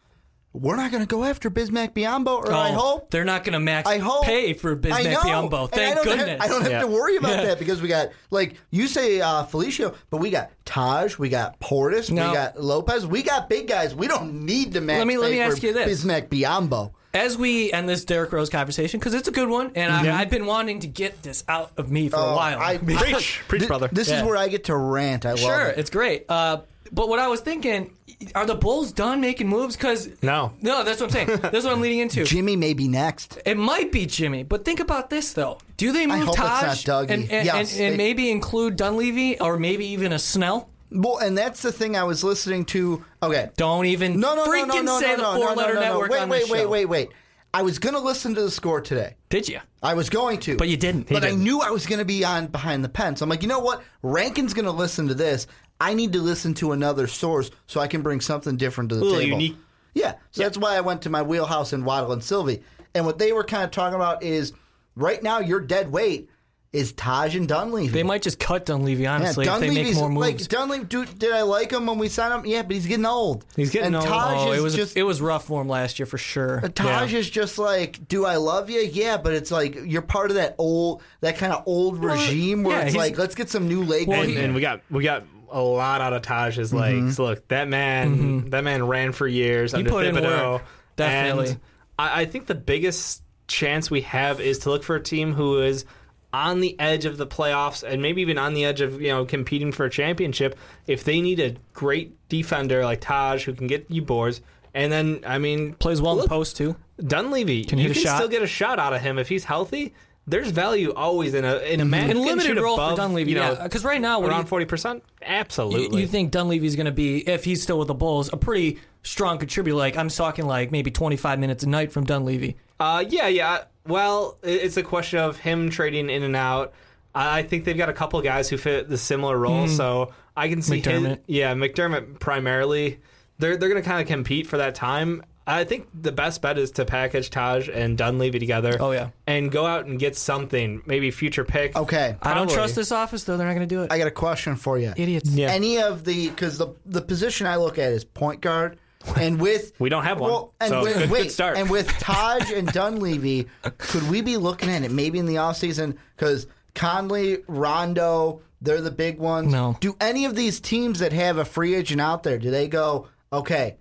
C: we're not going to go after Bismack Biombo, or I
B: Oh,
C: hope.
B: They're not going to max
C: I hope.
B: pay for
C: I
B: Bismack
C: know.
B: Biombo.
C: And I
B: Thank
C: don't have-
B: goodness.
C: I don't have
D: Yeah.
C: to worry about that because we got, like, you say uh, Felicio, but we got Taj, we got Portis,
B: No.
C: we got Lopez, we got big guys. We don't need to max
B: Let me- let
C: pay
B: me ask
C: for
B: you this.
C: Bismack Biombo.
B: As we end this Derrick Rose conversation, because it's a good one, and I, I've been wanting to get this out of me for a
C: Oh,
B: while.
C: I-
B: Because-
D: Preach, preach,
C: Th-
D: brother.
C: This
B: Yeah.
C: is where I get to rant. I love
B: Sure,
C: it.
B: it's great. Uh, but what I was thinking, are the Bulls done making moves? Because
D: No.
B: no, that's what I'm saying. that's what I'm leading into.
C: Jimmy may be next.
B: It might be Jimmy, but think about this though. Do they move
C: hope it's
B: Taj
C: not Dougie.
B: and, and,
C: Yes,
B: and, and
C: they-
B: maybe include Dunleavy or maybe even a Snell?
C: Well, and that's the thing I was listening to. Okay.
B: Don't even
C: No, no,
B: freaking
C: no, no, no,
B: say
C: no, no,
B: the four
C: no,
B: letter
C: no, no,
B: network
C: Wait,
B: on
C: wait,
B: this
C: wait,
B: show.
C: wait, wait. I was going to listen to the score today.
B: Did you?
C: I was going to.
B: But you didn't.
C: But I knew I was going to be on behind the pen. So I'm like, you know what? Rankin's going to listen to this. I need to listen to another source so I can bring something different to the
D: Little
C: table.
D: unique.
C: Yeah, so that's why I went to my wheelhouse in Waddle and Sylvie. And what they were kind of talking about is right now your dead weight is Taj and Dunleavy.
B: They might just cut Dunleavy honestly if they make
C: Dunleavy's-
B: more moves.
C: Like Dunleavy, dude, did I like him when we signed him? Yeah, but he's getting old.
D: He's getting
C: and
D: old.
C: Taj
B: oh,
C: is
B: it was
C: just
B: it was rough for him last year for sure.
C: Taj
D: Yeah.
C: is just like, do I love you? Yeah, but it's like you're part of that old, that kind of old regime where
B: yeah,
C: it's
B: he's-
C: like, let's get some new leg.
B: Well,
D: and,
B: he-
C: in.
D: and we got we got a lot out of Taj's legs. Look, that man, that man ran for years under
B: Mm-hmm. put in
D: Thibodeau.
B: work, definitely.
D: And I, I think the biggest chance we have is to look for a team who is on the edge of the playoffs and maybe even on the edge of you know competing for a championship. If they need a great defender like Taj who can get you boards, and then I mean
B: Plays well in the
D: look,
B: post too.
D: Dunleavy,
B: Can
D: you
B: hit a
D: can
B: shot.
D: still get a shot out of him if he's healthy. There's value always in a in a man
B: And
D: who can
B: limited
D: shoot
B: Mm-hmm. role
D: above,
B: for Dunleavy.
D: You know,
B: because right now what do you
D: around forty percent.
B: you,
D: Absolutely.
B: you think Dunleavy's going to be, if he's still with the Bulls, a pretty strong contributor. Like, I'm talking like maybe 25 minutes a night from Dunleavy.
D: Uh, yeah, yeah. Well, i- it's a question of him trading in and out. I I think they've got a couple guys who fit the similar role, so I can see his-
B: Hmm. McDermott.
D: yeah, McDermott primarily. They're they're going to kind of compete for that time. I think the best bet is to package Taj and Dunleavy together.
B: Oh, yeah.
D: and go out and get something, maybe future pick.
C: okay,
B: I don't
D: Probably.
B: trust this office, though. They're not going to do it.
C: I got a question for you.
B: Idiots.
D: Yeah.
C: Any of the because the the position I look at is point guard, and with
D: We don't have one,
C: and
D: so
C: with,
D: good
C: wait,
D: start.
C: and with Taj and Dunleavy, could we be looking at it maybe in the offseason? Because Conley, Rondo, they're the big ones.
B: No.
C: Do any of these teams that have a free agent out there do they go okay?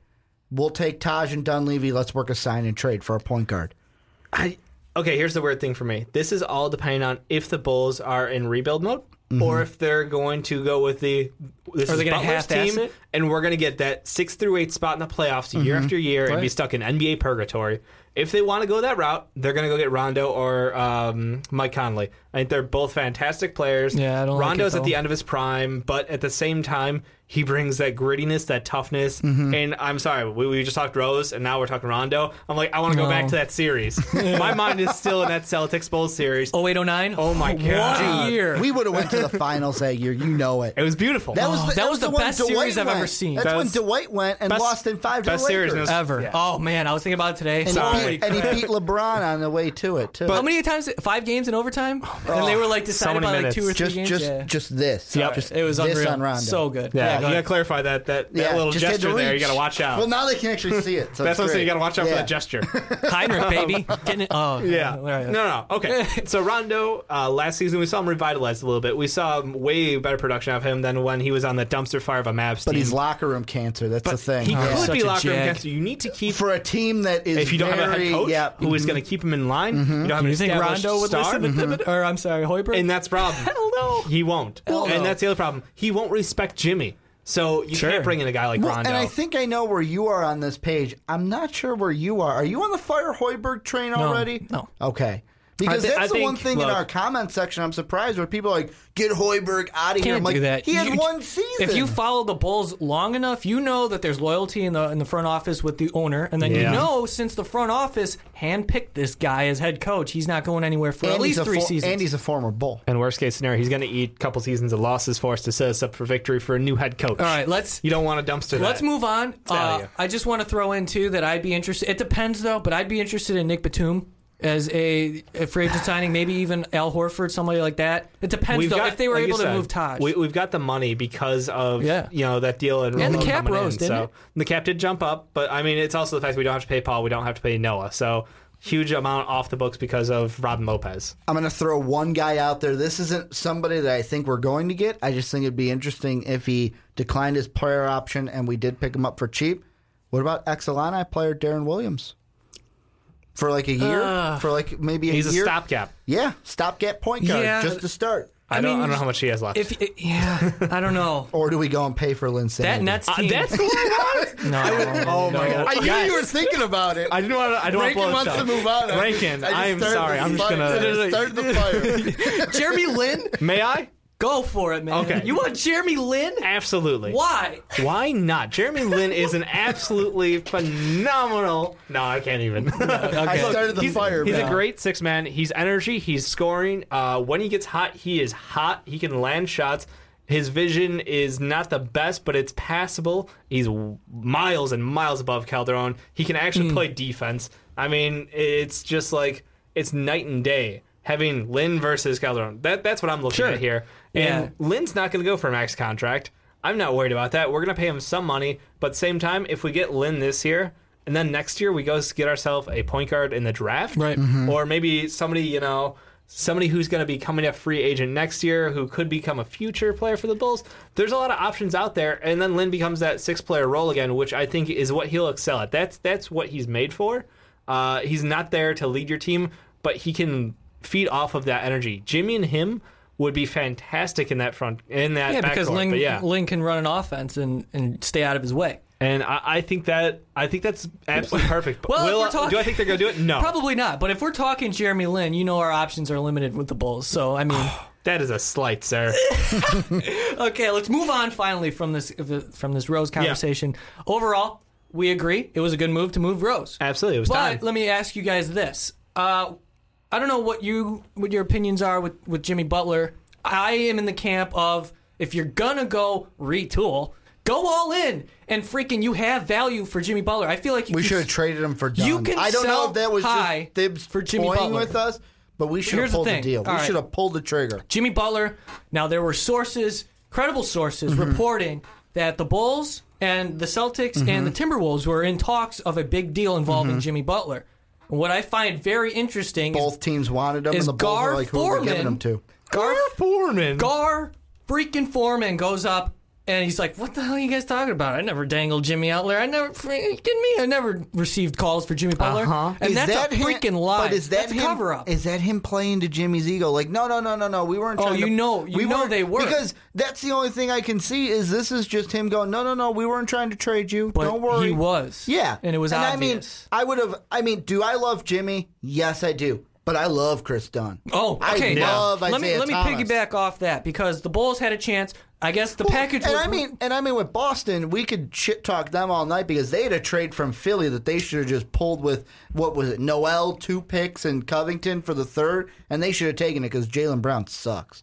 C: We'll take Taj and Dunleavy. Let's work a sign and trade for a point guard.
D: I okay. Here's the weird thing for me. This is all depending on if the Bulls are in rebuild mode or if they're going to go with the this
B: Are
D: is
B: they gonna
D: Butler's
B: half-ass
D: team,
B: it?
D: and we're going to get that six through eight spot in the playoffs year after year and be stuck in NBA purgatory. If they want to go that route, they're going to go get Rondo or um, Mike Conley. I think they're both fantastic players.
B: Yeah, I don't like it,
D: Rondo's at
B: though.
D: the end of his prime, but at the same time, he brings that grittiness, that toughness. And I'm sorry, we, we just talked Rose, and now we're talking Rondo. I'm like, I want to go back
B: No.
D: to that series. My mind is still in that Celtics Bulls series.
B: 0809?
D: Oh, my God.
B: What a year.
C: We would have went to the finals that year. You know it.
D: It was beautiful.
C: That was
B: Oh,
C: the,
B: that was the
C: one
B: best
C: Dwight
B: series I've
C: went.
B: ever seen.
C: That's
D: That
C: when
D: was-
C: Dwight went and
D: best-
C: lost in five to the
D: best series in
C: Lakers.
D: his-
B: Ever.
D: Yeah.
B: Oh, man. I was thinking about it today.
C: And,
B: Sorry.
C: he beat, and he beat LeBron on the way to it too.
B: How many times? Five games in overtime?
C: Oh,
B: and they were like decided
D: many
B: by like two or
D: minutes.
B: three
C: just
B: games.
C: just
B: yeah.
C: just this.
D: Yep.
C: Just
B: it was
C: this
B: unreal.
C: on Rondo.
B: So good.
D: yeah,
B: go
D: you got to
B: ahead.
D: clarify that that, that
C: Yeah,
D: little
C: just had to
D: gesture there. You
C: reach.
D: got to watch out.
C: Well, now they can actually see it. So
D: That's what I'm
C: it's
D: saying. You
C: great.
D: got to watch out for
C: Yeah.
D: that gesture.
B: Heinrich, baby. Getting it. Oh,
D: Yeah.
B: all right.
D: No, no. no. Okay. so Rondo, uh, last season we saw him revitalized a little bit. We saw way better production of him than when he was on the dumpster fire of a Mavs
C: But
D: team.
C: he's locker room cancer. That's the thing.
D: He
C: Yeah.
D: could
B: Such
D: be
B: a
D: locker room
B: jag.
D: cancer. You need to keep
C: For a team that is
D: if you don't
C: very,
D: have a head coach
C: yeah, Mm-hmm.
D: who is going to keep him in line. You don't have
B: Do
D: an
B: you think
D: established
B: Rondo would
D: star,
B: listen to Thibodeau? Or I'm sorry, Hoiberg?
D: and that's the problem. Hell no, he won't.
B: no.
D: and that's the other problem. He won't respect Jimmy. So you
B: Sure.
D: can't bring in a guy like
C: Well,
D: Rondo.
C: and I think I know where you are on this page. I'm not sure where you are. Are you on the Fire Hoiberg train already?
B: no.
C: Okay. Because
D: I thi-
C: that's
D: I
C: the one
D: think-
C: thing in
D: look-
C: our comment section I'm surprised where people are like, get Hoiberg out of here.
B: can't
C: I'm like,
B: do that.
C: He had
B: You-
C: one season.
B: If you follow the Bulls long enough, you know that there's loyalty in the in the front office with the owner, and then
D: Yeah.
B: you know since the front office handpicked this guy as head coach, he's not going anywhere for
C: And
B: at
C: he's
B: least
C: a
B: three
C: for-
B: seasons.
C: And he's a former bull.
D: and worst case scenario, he's going to eat a couple seasons of losses for us to set us up for victory for a new head coach.
B: All right, let's
D: You don't want a dumpster.
B: let's
D: that.
B: move on. Uh,
D: value.
B: I just want to throw in too that I'd be interested. It depends though, but I'd be interested in Nick Batum. As a, a free agent signing, maybe even Al Horford, somebody like that. It depends though if they were
D: like you
B: able to
D: said,
B: move Taj.
D: We, we've got the money because of
B: Yeah.
D: you know that deal and,
B: And the
D: Rondo
B: cap
D: coming
B: rose,
D: in,
B: didn't
D: so
B: it?
D: the cap did jump up, but I mean it's also the fact we don't have to pay Paul, we don't have to pay Noah, so huge amount off the books because of Robin Lopez.
C: I'm going to throw one guy out there. This isn't somebody that I think we're going to get. I just think it'd be interesting if he declined his player option and we did pick him up for cheap. What about Exelani player Darren Williams? For like a year?
B: Uh,
C: for like maybe a
D: He's a
C: year?
D: stopgap.
C: Yeah, stopgap point guard
B: Yeah.
C: just to start.
D: I,
B: I
D: don't
B: mean,
D: I don't know how much he has left.
B: if yeah, I don't know
C: Or do we go and pay for Lynn
B: that
C: Sandy?
B: Nets
D: Uh,
B: team.
D: that's the one I
B: no.
D: want. Oh my God.
C: I knew
D: Yes.
C: you were thinking about it.
D: I didn't want to. I don't want to
C: Rankin
D: blow
C: wants
D: this
C: to
D: up.
C: move on. I just-
D: Rankin,
C: I just
D: I'm
C: started
D: sorry.
C: the
D: I'm just
C: fire. I
D: gonna.
C: started the fire.
B: Jeremy Lin,
D: May I?
B: go for it, man.
D: Okay.
B: You want Jeremy Lin?
D: Absolutely.
B: Why?
D: Why not? Jeremy Lin is an absolutely phenomenal. No, I can't even.
C: I started the
D: he's,
C: fire.
D: he's a
C: man.
D: great six man. He's energy. He's scoring. Uh, when he gets hot, he is hot. He can land shots. His vision is not the best, but it's passable. He's w- miles and miles above Calderon. He can actually play defense. I mean, it's just like it's night and day having Lynn versus Calderon. That that's what I'm looking
B: Sure.
D: at here.
B: Yeah.
D: And Lynn's not going to go for a max contract. I'm not worried about that. We're going to pay him some money, but same time, if we get Lynn this year, and then next year we go s- get ourselves a point guard in the draft,
B: Right.
D: Or maybe somebody you know, somebody who's going to be coming up free agent next year who could become a future player for the Bulls. There's a lot of options out there, and then Lynn becomes that six player role again, which I think is what he'll excel at. That's that's what he's made for. Uh, he's not there to lead your team, but he can feed off of that energy. Jimmy and him would be fantastic in that front in that
B: Yeah, because
D: backcourt,
B: Ling,
D: but yeah.
B: Ling can run an offense and, and stay out of his way.
D: and I, I think that I think that's absolutely perfect. But
B: Well, if
D: will-
B: we're talking-
D: do I think they're gonna do it? No,
B: Probably not, but if we're talking Jeremy Lin, you know our options are limited with the Bulls. So, I mean,
D: that is a slight, sir.
B: okay, let's move on finally from this uh, from this Rose conversation. Overall, we agree it was a good move to move Rose.
D: Absolutely, it was
B: But
D: time.
B: let me ask you guys this. Uh, I don't know what you what your opinions are with, with Jimmy Butler. I am in the camp of if you're gonna go retool, go all in and freaking you have value for Jimmy Butler. I feel like you
C: We
B: can-
C: should have traded him for Dunn.
B: You can
C: I don't know
B: sell
C: if that was
B: high
C: just Thibs
B: for Jimmy
C: toying
B: Butler.
C: with us, but we should
B: here's
C: have
B: the
C: pulled the,
B: thing.
C: deal.
B: All
C: we
B: right.
C: should have pulled the trigger.
B: Jimmy Butler. Now there were sources, credible sources,
C: Mm-hmm.
B: reporting that the Bulls and the Celtics and the
C: Mm-hmm.
B: Timberwolves were in talks of a big deal involving Jimmy Butler. And what I find very interesting
C: Both
B: is
C: teams wanted him,
B: is
C: and the Bulls
B: Gar
C: were like, "Who are we giving
B: Forman-
C: him to?"
B: Gar
D: Foreman.
B: Gar freaking Foreman goes up and he's like, "What the hell are you guys talking about? I never dangled Jimmy Outler. I never fr- are you kidding me. I never received calls for Jimmy Butler." And
C: Uh-huh. Is
B: that's
C: that
B: a
C: him-
B: freaking lie.
C: But is that
B: that's a
C: him,
B: cover up.
C: Is that him playing to Jimmy's ego? Like, no, no, no, no, no. We weren't.
B: Oh,
C: trying to-
B: you know- you
C: we
B: know
C: weren't-
B: they were.
C: because that's the only thing I can see is this is just him going. No, no, no. We weren't trying to trade you.
B: But
C: Don't worry.
B: he was.
C: Yeah,
B: And it was obvious.
C: I mean, I would have. I mean, do I love Jimmy? Yes, I do. But I love Chris Dunn.
B: Oh, okay.
C: I
B: yeah.
C: love
B: let me
C: Isaiah
B: let me
C: Thomas.
B: piggyback off that because the Bulls had a chance. I guess the package.
C: And
B: was,
C: I mean, and I mean, with Boston, we could shit talk them all night because they had a trade from Philly that they should have just pulled with what was it, Noel, two picks, and Covington for the third, and they should have taken it because Jalen Brown sucks.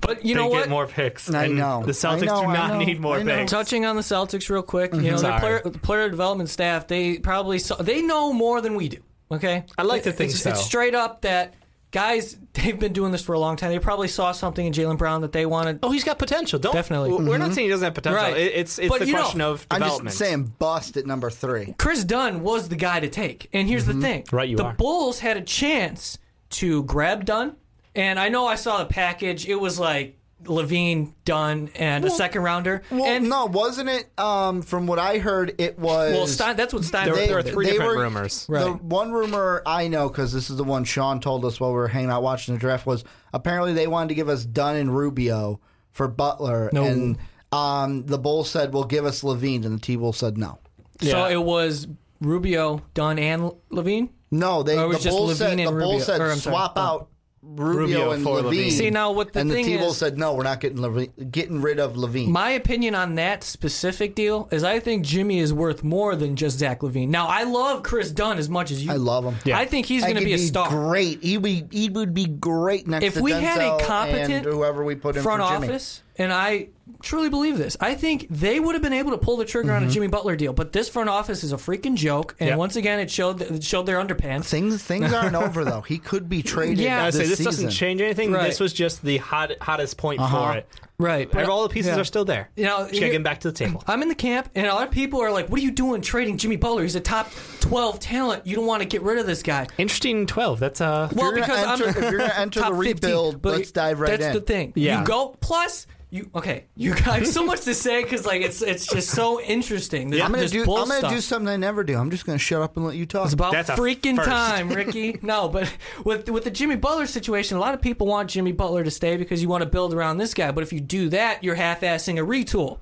B: but you
D: they
B: know
D: get
B: what?
D: more picks.
C: I
D: and
C: know.
D: The Celtics
C: I know,
D: do
C: I
D: not
C: know,
D: need more
C: I know.
D: picks.
B: Touching on the Celtics real quick, you know their
D: Mhm. Sorry.
B: player, player development staff. They probably saw, they know more than we do. Okay,
D: I like to think
B: it's,
D: so.
B: It's straight up that guys they've been doing this for a long time. They probably saw something in Jalen Brown that they wanted.
D: Oh, he's got potential. Don't
B: Definitely.
D: w- We're not saying he doesn't have potential.
B: Mm-hmm. Right.
D: It- it's it's
B: But
D: the
B: you know,
D: question of
C: I'm
D: development.
C: just saying, bust at number three.
B: Chris Dunn was the guy to take. And here's the thing.
D: Mhm. Right, you
B: the
D: are.
B: Bulls had a chance to grab Dunn. And I know I saw the package. It was like Levine, Dunn, and a second rounder.
C: Well,
B: and
C: no, wasn't it? Um, from what I heard, it was.
B: well Stein, that's what Stein
D: There, were-
C: They-
D: there were three
C: they
D: different
C: were-
D: rumors.
B: Right.
C: The one rumor I know, because this is the one Sean told us while we were hanging out watching the draft, was apparently they wanted to give us Dunn and Rubio for Butler.
B: No.
C: And um, the Bulls said, well, give us Levine. And the T Bulls said, no.
B: So
D: Yeah.
B: it was Rubio, Dunn, and Levine.
C: No, they
B: Or Oh, it was
C: the
B: just
C: Bulls
B: Levine
C: said, the
B: and Rubio.
C: Bulls said
B: Or, I'm sorry,
C: swap
B: Dunn.
C: out Rubio,
D: Rubio
C: and
D: for
C: Levine.
D: Levine.
B: See, now what the
C: and
B: thing
C: the T-Bulls
B: is-
C: said, no, we're not getting Levine, getting rid of Levine.
B: My opinion on that specific deal is I think Jimmy is worth more than just Zach Levine. Now, I love Chris Dunn as much as you.
C: I love him.
B: I think he's going
C: And
B: to
C: he'd
B: be a star.
C: Great. He would, he would be great next
B: if
C: to
B: we had
C: Denzel
B: a
C: and
B: competent
C: whoever we put in
B: front
C: for Jimmy.
B: office, and I truly believe this, I think they would have been able to pull the trigger on a Jimmy Butler deal. But this front office is a freaking joke, and
D: Mm-hmm. Yeah.
B: once again, it showed it showed their underpants.
C: Things things aren't over though. He could be traded.
B: Yeah,
D: I
C: this,
D: say this
C: season.
D: doesn't change anything.
B: Right.
D: This was just the hot, hottest point
C: Uh-huh.
D: for it.
B: Right, but-
D: all the pieces
B: yeah.
D: are still there.
B: You know,
D: Just gotta
B: here-
D: get him back to the table.
B: I'm in the camp, and a lot of people are like, "What are you doing trading Jimmy Butler? He's a top 12 talent. You don't want to get rid of this guy."
D: Interesting. Twelve. That's uh.
C: If
B: Well,
C: you're gonna
B: because I'm-
C: enter, if you're gonna enter the
B: top 15,
C: rebuild,
B: but
C: let's dive right
B: that's
C: in.
B: the thing.
D: Yeah.
B: You go plus you okay. You got I have so much to say because like it's it's just so interesting. This,
C: I'm gonna
B: this
C: do.
B: bull
C: I'm gonna
B: stuff.
C: do something I never do. I'm just gonna shut up and let you talk.
B: It's about
D: That's a
B: freaking
D: first.
B: time, Ricky. no, but with with the Jimmy Butler situation, a lot of people want Jimmy Butler to stay because you want to build around this guy. But if you do that, you're half-assing a retool,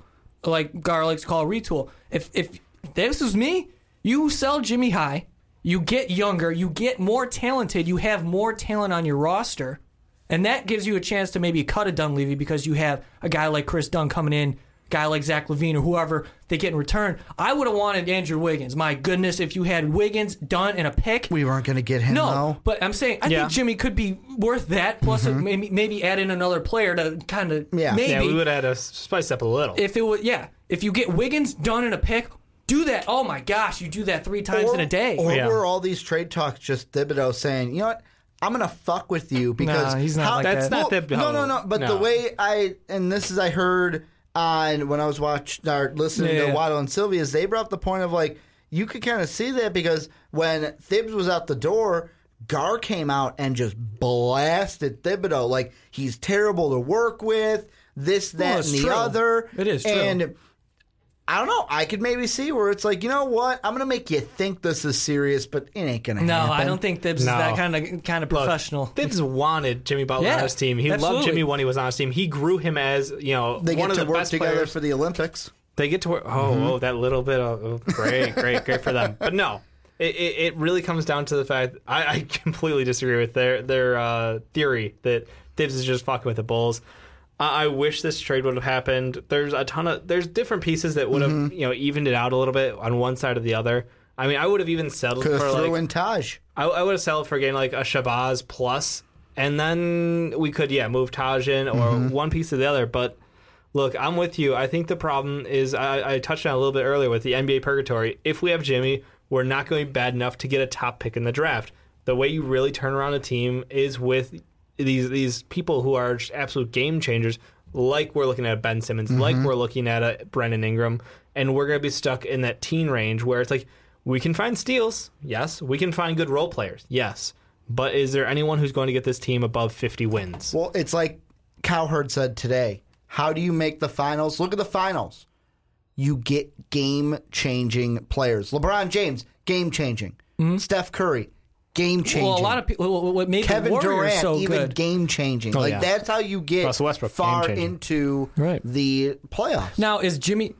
B: like Garlic's call retool. If if this was me, you sell Jimmy high, you get younger, you get more talented, you have more talent on your roster, and that gives you a chance to maybe cut a Dunleavy because you have a guy like Chris Dunn coming in. guy like Zach Levine or whoever they get in return. I would have wanted Andrew Wiggins. My goodness, if you had Wiggins, Dunn, and a pick,
C: We weren't going to get him,
B: no,
C: though.
B: but I'm saying I
D: Yeah.
B: think Jimmy could be worth that. Plus, maybe maybe add in another player to kind of
C: Mm-hmm. Yeah.
B: maybe
D: Yeah, we would have had to spice up a little.
B: if it was yeah if you get Wiggins done in a pick, do that. Oh my gosh, you do that three times in a day.
C: Or
D: Yeah.
C: were all these trade talks just Thibodeau saying, you know what? I'm gonna fuck with you because
B: Nah, he's not like
D: That's that. not
C: Well,
D: Thibodeau.
C: No, no, no. But the
D: No.
C: way I and this is I heard on when I was watching or listening
B: Yeah,
C: to
B: yeah.
C: Waddle and Sylvia's, they brought up the point of like you could kind of see that because when Thibs was out the door, Gar came out and just blasted Thibodeau like he's terrible to work with. This, that, and
B: it's
C: the
B: true.
C: other.
B: It is true.
C: And I don't know. I could maybe see where it's like, you know what? I'm gonna make you think this is serious, but it ain't gonna
B: no,
C: happen.
B: I don't think Thibs
D: No.
B: is that kind of kind of
D: Look,
B: professional.
D: Thibs wanted Jimmy Butler
B: Yeah,
D: on his team. He loved
B: absolutely.
D: Jimmy when he was on his team. He grew him as you know
C: They
D: one
C: get
D: of
C: to
D: the
C: work
D: best
C: together
D: players.
C: for the Olympics.
D: They get to work. Oh, oh, that little bit. Of, oh, great, great, great for them. But no, it, it, it really comes down to the fact I, I completely disagree with their their uh, theory that Thibs is just fucking with the Bulls. I, I wish this trade would have happened. There's a ton of there's different pieces that would have you know evened it out a little bit on one side or the other. I mean, I would have even settled
C: Could
D: for
C: throw
D: like
C: in Taj.
D: I, I would have settled for getting like a Shabazz plus, and then we could yeah move Taj in or one piece of the other. But look, I'm with you. I think the problem is I, I touched on it a little bit earlier with the NBA purgatory. If we have Jimmy, we're not going to be bad enough to get a top pick in the draft. The way you really turn around a team is with these these people who are just absolute game changers. Like we're looking at a Ben Simmons, like we're looking at a Brendan Ingram, and we're going to be stuck in that teen range where it's like we can find steals, yes. We can find good role players, yes. But is there anyone who's going to get this team above 50 wins?
C: Well, it's like Cowherd said today. How do you make the finals? Look at the finals. You get game changing players. LeBron James, game changing. Steph Curry, game changing.
B: Mm-hmm. Well, a lot of people. What, what made
C: Kevin
B: the Warriors
C: Durant,
B: so
C: even
B: good? Oh,
C: game changing. like
D: yeah.
C: that's how you get
D: Russell Westbrook,
C: far
D: game-changing.
C: into
B: Right.
C: the playoffs.
B: now is Jimmy?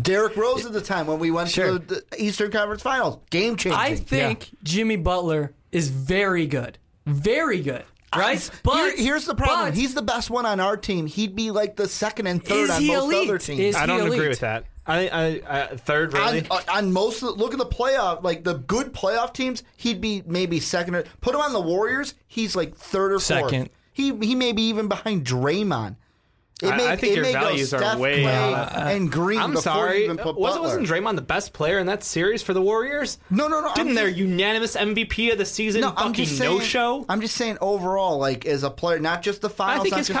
C: Derrick Rose at the time when we went
B: Sure.
C: to the the Eastern Conference Finals, game changing.
B: I think Jimmy Butler is very good, very good. Right,
C: Here- here's the problem.
B: but
C: He's the best one on our team. He'd be like the second and third
B: Is
C: on
B: he
C: most
B: elite?
C: other teams.
B: Is-
D: I don't
B: he elite?
D: agree with that. I, I, I third really.
C: on, uh, on most of the, look at the playoff like the good playoff teams he'd be maybe second or put him on the Warriors he's like third or fourth
B: Second.
C: he he may be even behind Draymond it
D: I- I think your values are way
C: Clay,
D: out.
C: and Green
D: I'm
C: before
D: sorry.
C: you even put
D: Was,
C: Butler.
D: wasn't Draymond the best player in that series for the Warriors?
C: No, no, no, I'm
D: Didn't their
C: just-
D: unanimous MVP of the season
C: no,
D: fucking
C: I'm just saying,
D: no show?
C: I'm just saying overall, like as a player, not just the
D: I
C: finals.
D: think
C: not
D: his
C: just the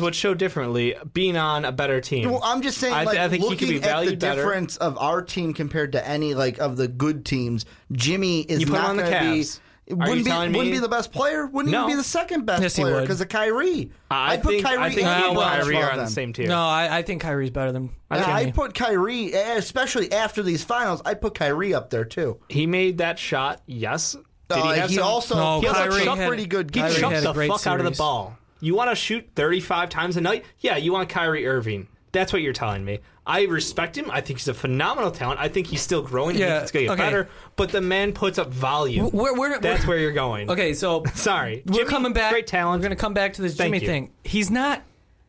C: playoffs.
D: would show differently being on a better team.
C: Well, I'm just saying,
D: I,
C: like,
D: th- I think he
C: looking
D: could
C: at
D: be valued
C: the
D: better.
C: difference of our team compared to any like of the good teams, Jimmy is
D: You put him
C: not
D: on the
C: going to be.
D: Cavs. Are you
C: Wouldn't be,
D: telling
C: wouldn't
D: me-
C: be the best player. Wouldn't
D: No.
C: even be the second best
B: Yes, he
C: player
B: would.
C: because of Kyrie.
D: I,
C: put
D: think,
C: Kyrie
D: I think
C: and
D: he and
B: Well,
D: Kyrie are
C: above
D: on the
C: them.
D: same tier.
B: no, I, I think Kyrie's better than.
C: And
B: Jimmy.
C: I put Kyrie, especially after these finals. I put Kyrie up there too.
D: He made that shot, yes. Did
C: Uh,
D: he have
C: he
D: some-
C: also
B: No,
C: he also
B: Kyrie
C: chucked
B: had-
C: pretty good.
D: He
B: Kyrie
C: games.
D: chucked
B: had a
D: the fuck
B: great
D: out of the
B: series.
D: ball. You want to shoot 35 times a night? Yeah, you want Kyrie Irving. That's what you're telling me. I respect him. I think he's a phenomenal talent. I think he's still growing. Yeah,
B: Yeah,
D: it's going to get
B: okay.
D: better. But the man puts up volume.
B: We're- we're-
D: That's
B: we're-
D: where you're going.
B: Okay, so
D: Sorry.
B: we're
D: Jimmy,
B: coming back.
D: Great talent.
B: We're going to come back to this
D: Thank
B: Jimmy
D: you.
B: thing. He's not.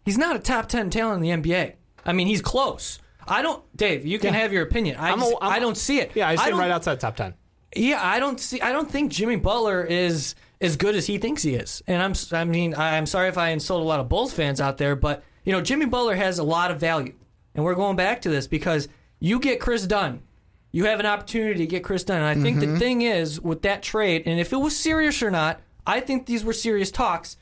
B: He's not a top ten talent in the NBA. I mean, he's close. I don't, Dave. You can have your opinion. I
D: I'm a-
B: just,
D: I'm a-
B: I don't see it.
D: Yeah, I sit
B: don't-
D: right outside the top 10.
B: Yeah, I don't see. I don't think Jimmy Butler is as good as he thinks he is. And I'm. s- I mean, I- I'm sorry if I insult a lot of Bulls fans out there, but you know, Jimmy Butler has a lot of value, and we're going back to this because you get Chris Dunn. You have an opportunity to get Chris Dunn. And I think the thing is with that trade, and if it was serious or not, I think these were serious talks.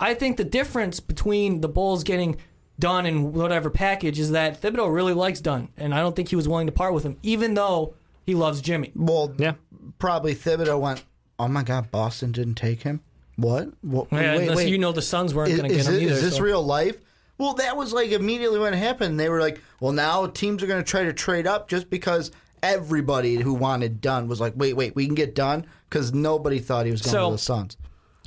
B: I think the difference between the Bulls getting Dunn and whatever package is that Thibodeau really likes Dunn, and I don't think he was willing to part with him, even though he loves Jimmy.
C: Well,
D: Yeah.
C: probably Thibodeau went. Oh my God, Boston didn't take him. What? What?
B: Yeah,
C: wait,
B: unless
C: wait.
B: you know the Suns weren't
C: is,
B: going to get
C: is
B: him
C: it-
B: either.
C: is this
B: so-
C: real life? Well, that was like immediately when it happened. They were like, well, now teams are going to try to trade up just because everybody who wanted Dunn was like, wait, wait, we can get Dunn because nobody thought he was going
B: So-
C: to the Suns.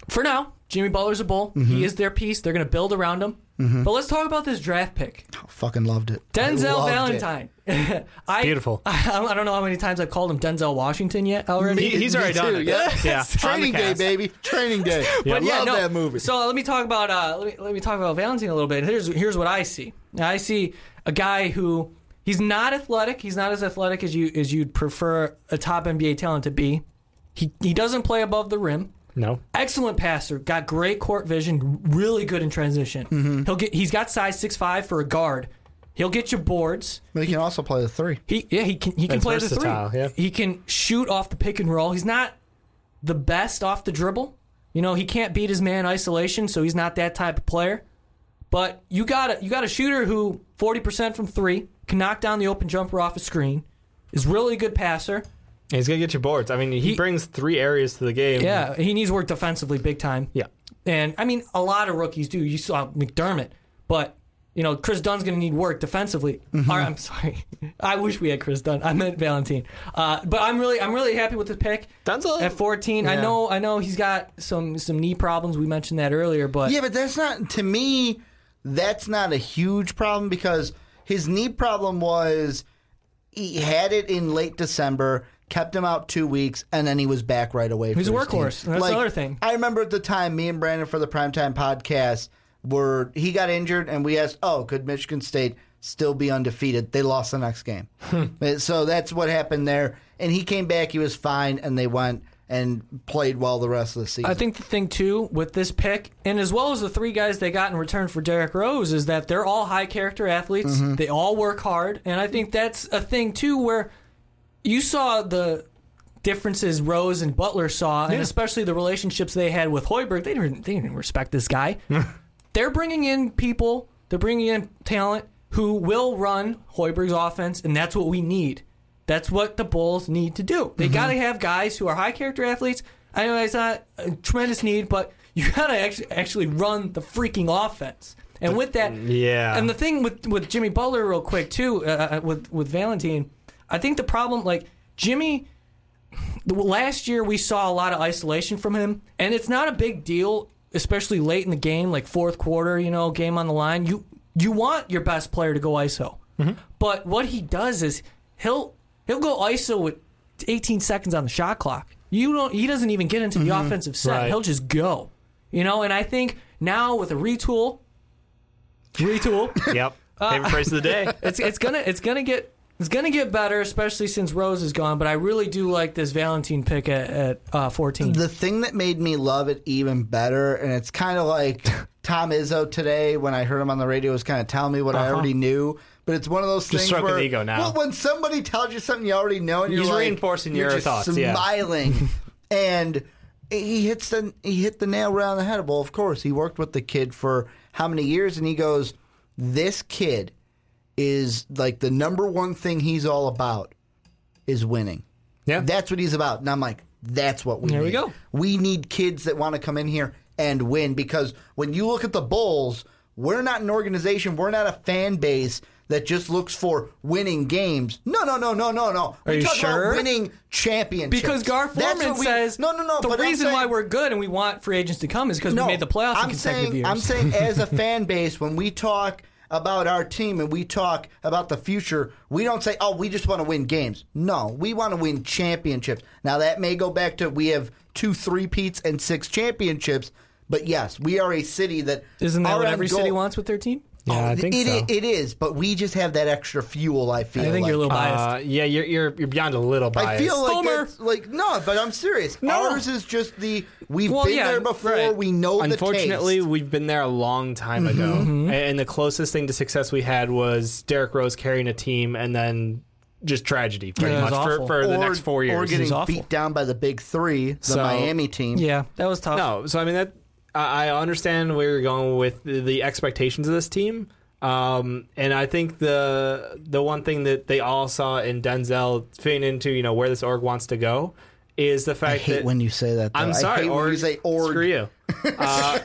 B: For now, Jimmy Butler's a bull.
C: Mm-hmm.
B: He is their piece. They're going to build around him. But let's talk about this draft pick.
C: Fucking loved it. I
B: Denzel
C: loved it.
B: Valentine. I,
D: Beautiful.
B: I, I don't know how many times I've called him Denzel Washington yet already.
D: He- he's
C: Me
D: already done
C: too,
D: it.
C: yeah.
D: yeah.
C: Training day, baby. Training day.
B: but yeah,
C: Love
B: no.
C: that movie.
B: So let me talk about uh, let me let me talk about Valentine a little bit. Here's here's what I see. I see a guy who he's not athletic. He's not as athletic as you as you'd prefer a top NBA talent to be. He he doesn't play above the rim.
D: No.
B: Excellent passer, got great court vision, really good in transition. He'll get he's got size six five for a guard. He'll get you boards.
C: But he can also play the three.
B: He yeah he can he can
D: That's
B: play the
D: versatile,
B: three.
D: yeah.
B: He can shoot off the pick and roll. He's not the best off the dribble. You know he can't beat his man isolation, so he's not that type of player. But you got a you got a shooter who forty percent from three can knock down the open jumper off a screen, is really a good passer.
D: He's gonna get you boards. I mean, he,
B: He-
D: brings three areas to the game.
B: Yeah, he needs work defensively big time.
D: Yeah.
B: And I mean, a lot of rookies do. You saw McDermott, but you know Chris Dunn's going to need work defensively.
C: Mm-hmm.
B: Or, I'm sorry, I wish we had Chris Dunn. I meant Valentine. Uh, but I'm really, I'm really happy with the pick
D: Dunzel.
B: at 14. I
C: Yeah.
B: know, I know he's got some some knee problems. We mentioned that earlier, but
C: Yeah, but that's not to me. That's not a huge problem because his knee problem was he had it in late December, kept him out two weeks, and then he was back right away.
B: He's
C: for
B: a
C: his team.
B: workhorse. That's the other thing.
C: I remember at the time, me and Brandon for the primetime podcast were he got injured, and we asked, "Oh, could Michigan State still be undefeated?" They lost the next game,
B: Hmm.
C: Uh, so that's what happened there. And he came back; he was fine, and they went and played well the rest of the season.
B: I think the thing too with this pick, and as well as the three guys they got in return for Derrick Rose, is that they're all high character athletes.
C: Mm-hmm.
B: They all work hard, and I think that's a thing too where you saw the differences Rose and Butler saw, and especially the relationships they had with Hoiberg. They didn't they didn't respect this guy. they're bringing in people. They're bringing in talent who will run Hoiberg's offense, and that's what we need. That's what the Bulls need to do. They got to have guys who are high character athletes. I know it's not a tremendous need, but you got to actually, actually run the freaking offense. And with that,
D: Yeah.
B: And the thing with with Jimmy Butler, real quick too, uh, uh, with with Valentine, I think the problem like Jimmy the- last year we saw a lot of isolation from him, and it's not a big deal, especially late in the game, like fourth quarter, you know, game on the line. You you want your best player to go ISO, but what he does is he'll he'll go ISO with 18 seconds on the shot clock. You don't. He doesn't even get into the offensive set.
D: Right.
B: He'll just go, you know. And I think now with a retool, retool,
D: Yep. Favorite phrase of the day.
B: Uh, it's it's gonna it's gonna get it's gonna get better, especially since Rose is gone. But I really do like this Valentine pick at, at uh,
D: Mm.
B: fourteen.
C: The thing that made me love it even better, and it's kind of like Tom Izzo today when I heard him on the radio was kind of telling me what
D: Uh-huh.
C: I already knew. But it's one of those things
D: stroking
C: where
D: the ego now.
C: Well, when somebody tells you something you already know, and you're
D: He's
C: like,
D: reinforcing
C: you're
D: your
C: just
D: thoughts, yeah.
C: smiling, and he hits the he hit the nail right on the head. Well, of course, he worked with the kid for how many years, and he goes, "This kid is like the number one thing he's all about is winning."
D: Yeah.
C: That's what he's about. And I'm like, that's what we
B: There
C: need.
B: we go.
C: We need kids that want to come in here and win because when you look at the Bulls, we're not an organization, we're not a fan base that just looks for winning games. No, no, no, no, no, no.
B: Are
C: we
B: you
C: talk
B: sure?
C: about winning championships.
B: because Gar
C: That's what
B: Foreman
C: we-
B: says
C: No, no, no.
B: The
C: but I'm
B: reason
C: saying-
B: why we're good and we want free agents to come is because
C: no,
B: we made the playoffs
C: I'm
B: in consecutive
C: saying,
B: years.
C: I'm saying as a fan base, when we talk about our team and we talk about the future, we don't say, oh, we just want to win games. No, we want to win championships. Now, that may go back to we have two three-peats and six championships, but yes, we are a city that...
B: Isn't that
C: our
B: what
C: end
B: every
C: goal-
B: city wants with their team?
D: Yeah, I
C: It-
D: think
C: it,
D: so.
C: it is, but we just have that extra fuel, I feel
B: I think you're a little
C: like.
B: biased.
D: Uh, yeah, you're, you're you're beyond a little biased.
C: I feel like
B: Homer.
C: that's, like no, but I'm serious. Ours is just the we've
B: Well,
C: been
B: yeah,
C: there before.
B: right.
C: We know
D: Unfortunately,
C: the taste.
D: we've been there a long time
B: Mm-hmm.
D: ago, A- and the closest thing to success we had was Derrick Rose carrying a team, and then just tragedy pretty
B: Yeah, it was
D: much for,
B: awful.
D: for the
C: or-
D: next four years.
C: Or
B: He's
C: getting
B: awful.
C: beat down by the big three, the
D: So-
C: Miami team.
B: yeah, that was tough.
D: No, so I mean that I, I understand where you're going with the, the expectations of this team, um, and I think the the one thing that they all saw in Denzel fitting into you know where this org wants to go is the fact
C: I hate
D: that
C: when you say that. Though.
D: I'm sorry,
C: I hate
D: org,
C: when you say org.
D: Screw you. Uh,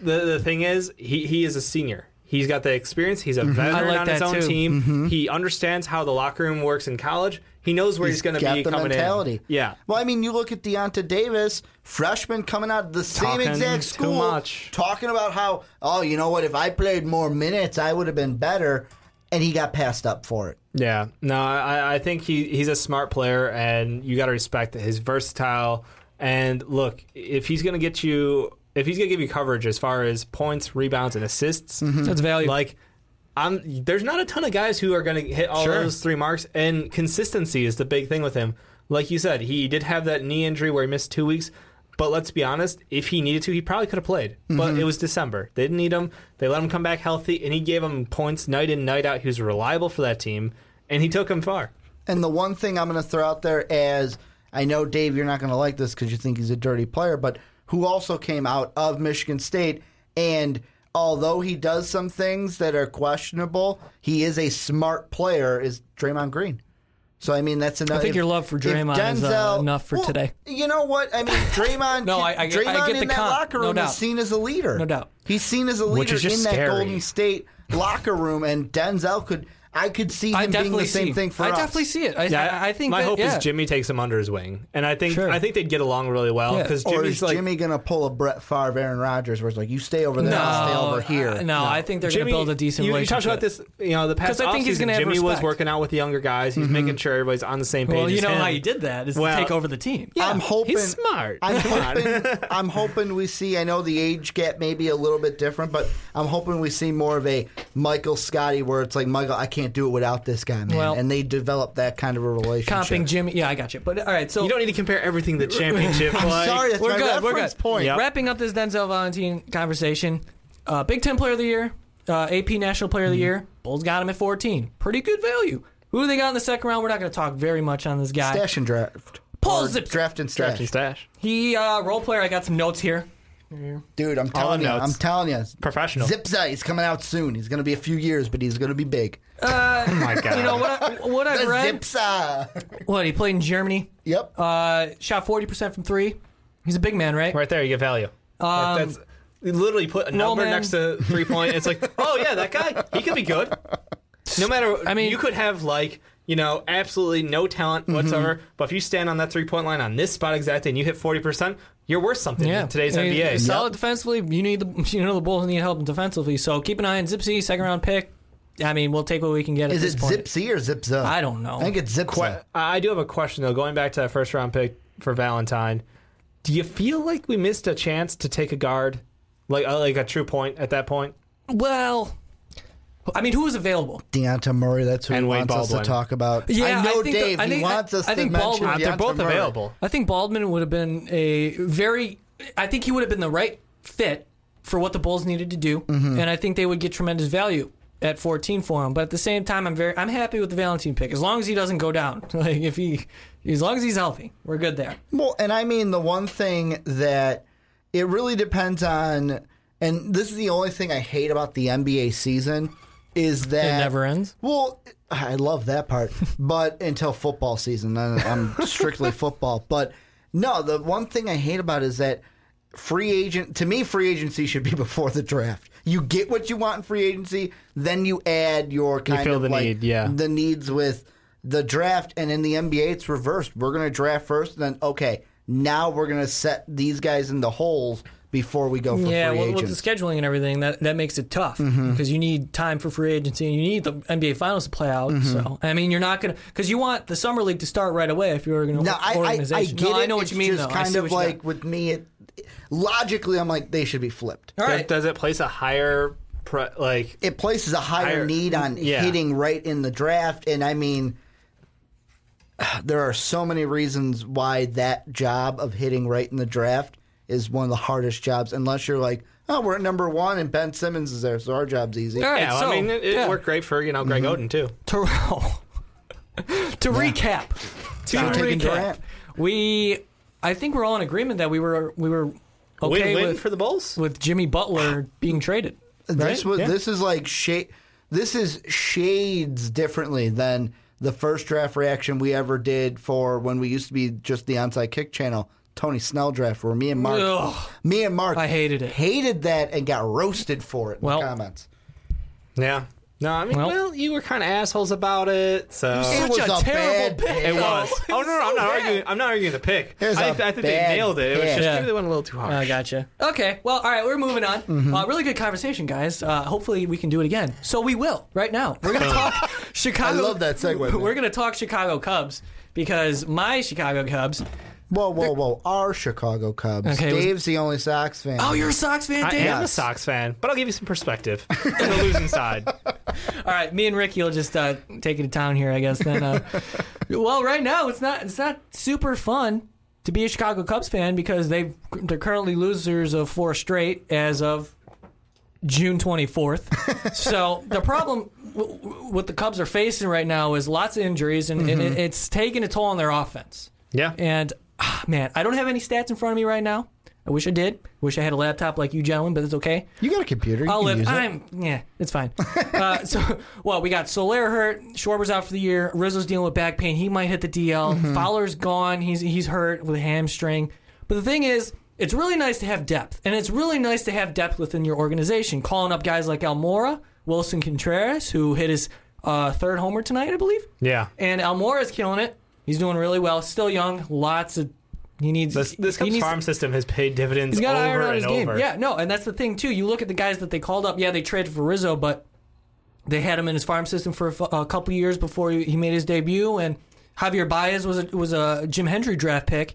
D: the the thing is, he he is a senior. He's got the experience. He's a veteran
B: I like
D: on his
B: that
D: own
B: too.
D: team. He understands how the locker room works in college. He knows where he's, going to
C: got
D: be
C: the
D: coming
C: mentality.
D: in. Yeah,
C: Well, I mean, you look at Deonta Davis, freshman coming out of the same
D: Talking
C: exact
D: too
C: school,
D: much.
C: talking about how, oh, you know what? If I played more minutes, I would have been better, and he got passed up for it.
D: Yeah, no, I, I think he, he's a smart player, and you got to respect that he's versatile. And look, if he's going to get
B: Mm-hmm.
D: you, if he's going to give you coverage as far as points, rebounds, and assists,
B: That's value.
D: like I'm, there's not a ton of guys who are going to hit all
B: Sure.
D: those three marks, and consistency is the big thing with him. Like you said, he did have that knee injury where he missed two weeks, but let's be honest, if he needed to, he probably could have played.
B: Mm-hmm.
D: But it was December. They didn't need him. They let him come back healthy, and he gave him points night in, night out. He was reliable for that team, and he took him far.
C: And the one thing I'm going to throw out there as I know Dave, you're not going to like this because you think he's a dirty player, but who also came out of Michigan State and although he does some things that are questionable, he is a smart player. Is Draymond Green? So I mean, that's enough.
B: think your love for Draymond is, uh, enough for today.
C: You know what? I mean, Draymond.
B: No, I- I- I
C: Draymond
B: get
C: in
B: the
C: that
B: comp,
C: locker
B: no
C: room
B: doubt.
C: is seen as a leader.
B: No doubt.
C: He's seen as a
D: Which
C: leader
D: is just
C: in that
D: scary.
C: Golden State locker room, and Denzel could. I could see him
B: I
C: being
B: definitely
C: the same
B: see.
C: thing for
B: I
C: us.
B: definitely see it. I, I, I think
D: my
B: that,
D: hope
B: yeah.
D: is Jimmy takes him under his wing, and I think
B: Sure.
D: I think they'd get along really well
B: Yeah.
D: because
C: Or
D: Jimmy's
C: is
D: like
C: Jimmy gonna pull a Brett Favre, Aaron Rodgers, where it's like you stay over there, I'll stay over here.
B: uh, no, I think they're going to
D: Jimmy-
B: build a decent
D: you, you
B: relationship.
D: talked about this, you know, the past
B: 'Cause I think he's
D: offseason,
B: gonna have
D: Jimmy was
B: respect.
D: working out with the younger guys. He's making sure everybody's on the same page.
B: Well, you
D: as
B: know
D: him.
B: how you did that is
D: Well,
B: to take over the team.
C: I'm hoping
D: He's smart.
C: I'm
D: Come on.
C: hoping, I'm hoping we see. I know the age gap may be a little bit different, but I'm hoping we see more of a Michael Scotty, where it's like Michael, I can't do it without this guy, man,
B: Well-
C: and they develop that kind of a relationship.
B: Comping Jimmy. Yeah, I got you. But all right, so
D: You don't need to compare everything to the championship.
C: I'm
D: like-
C: sorry, that's
B: we're
C: my
B: good. We're
C: reference
B: good.
C: point.
D: Yep.
B: Wrapping up this Denzel Valentine conversation. Uh, Big Ten Player of the Year, uh, AP National Player of
C: Mm-hmm.
B: the Year. Bulls got him at 14. Pretty good value. Who they got in the second round? We're not going to talk very much on this guy.
C: Stash and draft.
B: Paul
C: Or
B: Zipser.
C: Draft and stash.
D: Draft and stash.
B: He uh, role player. I got some notes here.
C: Dude, I'm telling
D: the
C: you,
D: notes.
C: I'm telling you,
D: Professional.
C: Zipza, he's coming out soon. He's gonna be a few years, but he's gonna be big.
D: Oh my god.
B: Uh, You know what? I, what
C: The
B: I've read.
C: Zipza.
B: What he played in Germany.
C: Yep.
B: Uh, shot 40% from three. He's a big man, right?
D: Right there, you get value.
B: Um,
D: That- that's you literally put a number
B: Roman-
D: next to three point. It's like, oh yeah, that guy, he could be good. No matter, I
B: mean- Mm-hmm.
D: mean, you could have like you know absolutely no talent whatsoever, but if you stand on that three point line on this spot exactly and you hit forty percent, you're worth something in today's
B: He's-
D: NBA.
B: he's Solid defensively. You need the you know the Bulls need help defensively. So keep an eye on Zipsy, second round pick. I mean, we'll take what we can get.
C: Is
B: at this
C: it
B: point.
C: Zipsy or Zipza?
B: I don't know.
C: I think it's Zipza.
D: But I I do have a question though. Going back to that first round pick for Valentine, do you feel like we missed a chance to take a guard, like uh, like a true point at that point?
B: Well, I mean, who is available?
C: Deonta Murray. That's who
D: And
C: he
D: Wade
C: wants us
D: Baldwin.
C: to talk about.
B: Yeah,
C: I know
B: I think
C: Dave.
B: the- I
C: he
B: think-
C: wants
B: I-
C: us
B: I think
C: to mention
B: Baldwin-
C: Deonta
D: They're both
C: Murray.
D: available.
B: I think Baldwin would have been a very. I think he would have been the right fit for what the Bulls needed to do,
C: Mm-hmm.
B: and I think they would get tremendous value at 14 for him. But at the same time, I'm very I'm happy with the Valentine pick as long as he doesn't go down. Like if he, as long as he's healthy, we're good there.
C: Well, and I mean the one thing that it really depends on, and this is the only thing I hate about the NBA season is that
B: never ends?
C: Well, I love that part, but until football season, then I'm strictly football. But no, the one thing I hate about is that free agent to me free agency should be before the draft. You get what you want in free agency, then you add your kind
D: feel
C: of
D: the
C: like
D: need, yeah.
C: the needs with the draft and in the NBA it's reversed. We're going to draft first then okay, now we're going to set these guys in the holes before we go
B: Yeah,
C: for free
B: well,
C: agents. Mm-hmm.
B: with the scheduling and everything, that, that makes it tough because you need time for free agency and you need the NBA Finals to play out.
C: Mm-hmm.
B: So, I mean, you're not going to because you want the summer league to start right away if you're going to
C: No, I, I, I
B: organization.
C: get
B: no,
C: it.
B: I know what
C: it's
B: you mean
C: just
B: though. I
C: kind
B: see what
C: of
B: you
C: like
B: got.
C: with me, it logically, I'm like they should be flipped.
B: all
D: Does-
B: right,
D: Does it place a higher, pre- like
C: It places a higher,
D: Higher-
C: need on
D: yeah.
C: hitting right in the draft, and I mean, there are so many reasons why that job of hitting right in the draft is one of the hardest jobs. Unless you're like, oh, we're at number one, and Ben Simmons is there, so our job's easy.
B: all right.
D: Yeah,
B: so,
D: I mean, it, it
B: yeah.
D: worked great for you know Greg Oden too.
B: To, to recap, to
C: Stop taking
B: recap,
C: Durant.
B: we I think we're all in agreement that we were we were okay
D: Win-win
B: with
D: for the Bulls.
B: with Jimmy Butler being traded.
C: This
B: Right?
C: was
B: Yeah.
C: this is like shade. This is shades differently than the first draft reaction we ever did for when we used to be just the onside kick channel, Tony Snell draft, where me and Mark,
B: Ugh.
C: me and Mark,
B: I hated it.
C: hated that, and got roasted for it.
B: Well-
C: in the comments.
D: Yeah. No, I mean,
B: Well-
D: well, you were kind of assholes about it. So
C: It
B: Such
C: was
B: a
C: a
B: terrible
C: bad
B: pick.
C: pick.
D: It was.
B: It
D: Oh no,
B: was
D: no,
B: so
D: I'm not
B: bad.
D: arguing. I'm not arguing the pick.
C: It was
D: I,
C: a
D: I think they
C: bad
D: nailed it. It was
C: pick.
D: just
B: Yeah.
D: maybe they went a little too hard.
B: I gotcha. Okay. Well, all right. We're moving on. Uh, really good conversation, guys. Uh, hopefully, we can do it again. So we will. Right now, we're gonna talk Chicago.
C: I love that segue, man.
B: We're gonna talk Chicago Cubs because my Chicago Cubs
C: Whoa, whoa, whoa! Our Chicago Cubs.
B: Okay, it was-
C: Dave's the only Sox fan.
B: Oh, you're a Sox fan,
D: I
B: Dave?
D: am a Sox fan, but I'll give you some perspective on the losing side.
B: All right, me and Ricky will just uh, take it to town here, I guess. Then, uh, well, right now it's not it's not super fun to be a Chicago Cubs fan because they they're currently losers of four straight as of June 24th. so the problem w- w- what the Cubs are facing right now is lots of injuries, and, and it, it's taking a toll on their offense.
D: Yeah.
B: And ah, man, I don't have any stats in front of me right now. I wish I did. Wish I had a laptop like you gentlemen, but it's okay.
C: you got a computer? You
B: I'll
C: can
B: live.
C: use it.
B: I'm yeah, it's fine. uh, so well, we got Solaire hurt. Schwarber's out for the year. Rizzo's dealing with back pain. He might hit the DL.
C: Mm-hmm.
B: Fowler's gone. He's he's hurt with a hamstring. But the thing is, it's really nice to have depth, and it's really nice to have depth within your organization. Calling up guys like Almora, Wilson Contreras, who hit his uh, third homer tonight, I believe.
D: Yeah.
B: And Almora's killing it. He's doing really well. Still young. Lots of he needs
D: This, this
B: he
D: Cubs
B: needs-
D: farm system has paid dividends
B: He's got
D: over
B: iron on
D: and
B: his
D: over.
B: game. Yeah, no, and that's the thing too. You look at the guys that they called up. Yeah, they traded for Rizzo, but they had him in his farm system for a, fu- a couple years before he he made his debut. And Javier Baez was a, was a Jim Hendry draft pick,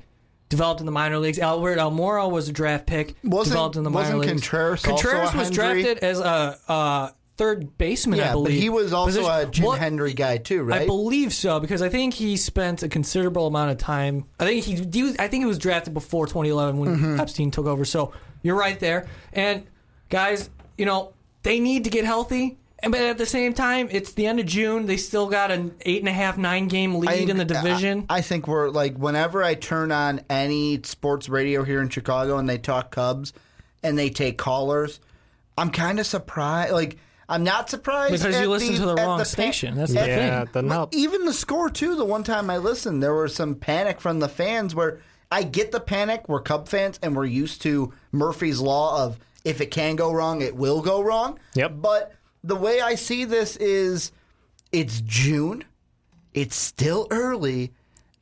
B: developed in the minor leagues. Albert Almora was a draft pick,
C: Wasn't-
B: developed in the minor
C: wasn't
B: leagues.
C: Contreras also
B: Contreras
C: a
B: was
C: Hendry?
B: drafted as a, a third baseman,
C: yeah,
B: I believe.
C: but he was also a
B: Position-
C: Jim
B: What-
C: Henry guy too, right?
B: I believe so because I think he spent a considerable amount of time. I think he, he was, I think he was drafted before 2011 when
C: Mm-hmm.
B: Epstein took over. So you're right there. And guys, you know they need to get healthy. And but at the same time, it's the end of June. They still got an eight and a half, nine game lead
C: think-
B: in the division.
C: I, I think we're like whenever I turn on any sports radio here in Chicago and they talk Cubs and they take callers, I'm kind of surprised. Like I'm not surprised
B: Because
C: at
B: you listen to the
C: at
B: wrong
C: pa-
B: station. That's the
C: at-
D: Yeah, that doesn't help.
C: Even the score too. The one time I listened, there was some panic from the fans. Where I get the panic. We're Cub fans and we're used to Murphy's law of if it can go wrong, it will go wrong.
D: Yep.
C: But the way I see this is, it's June it's still early,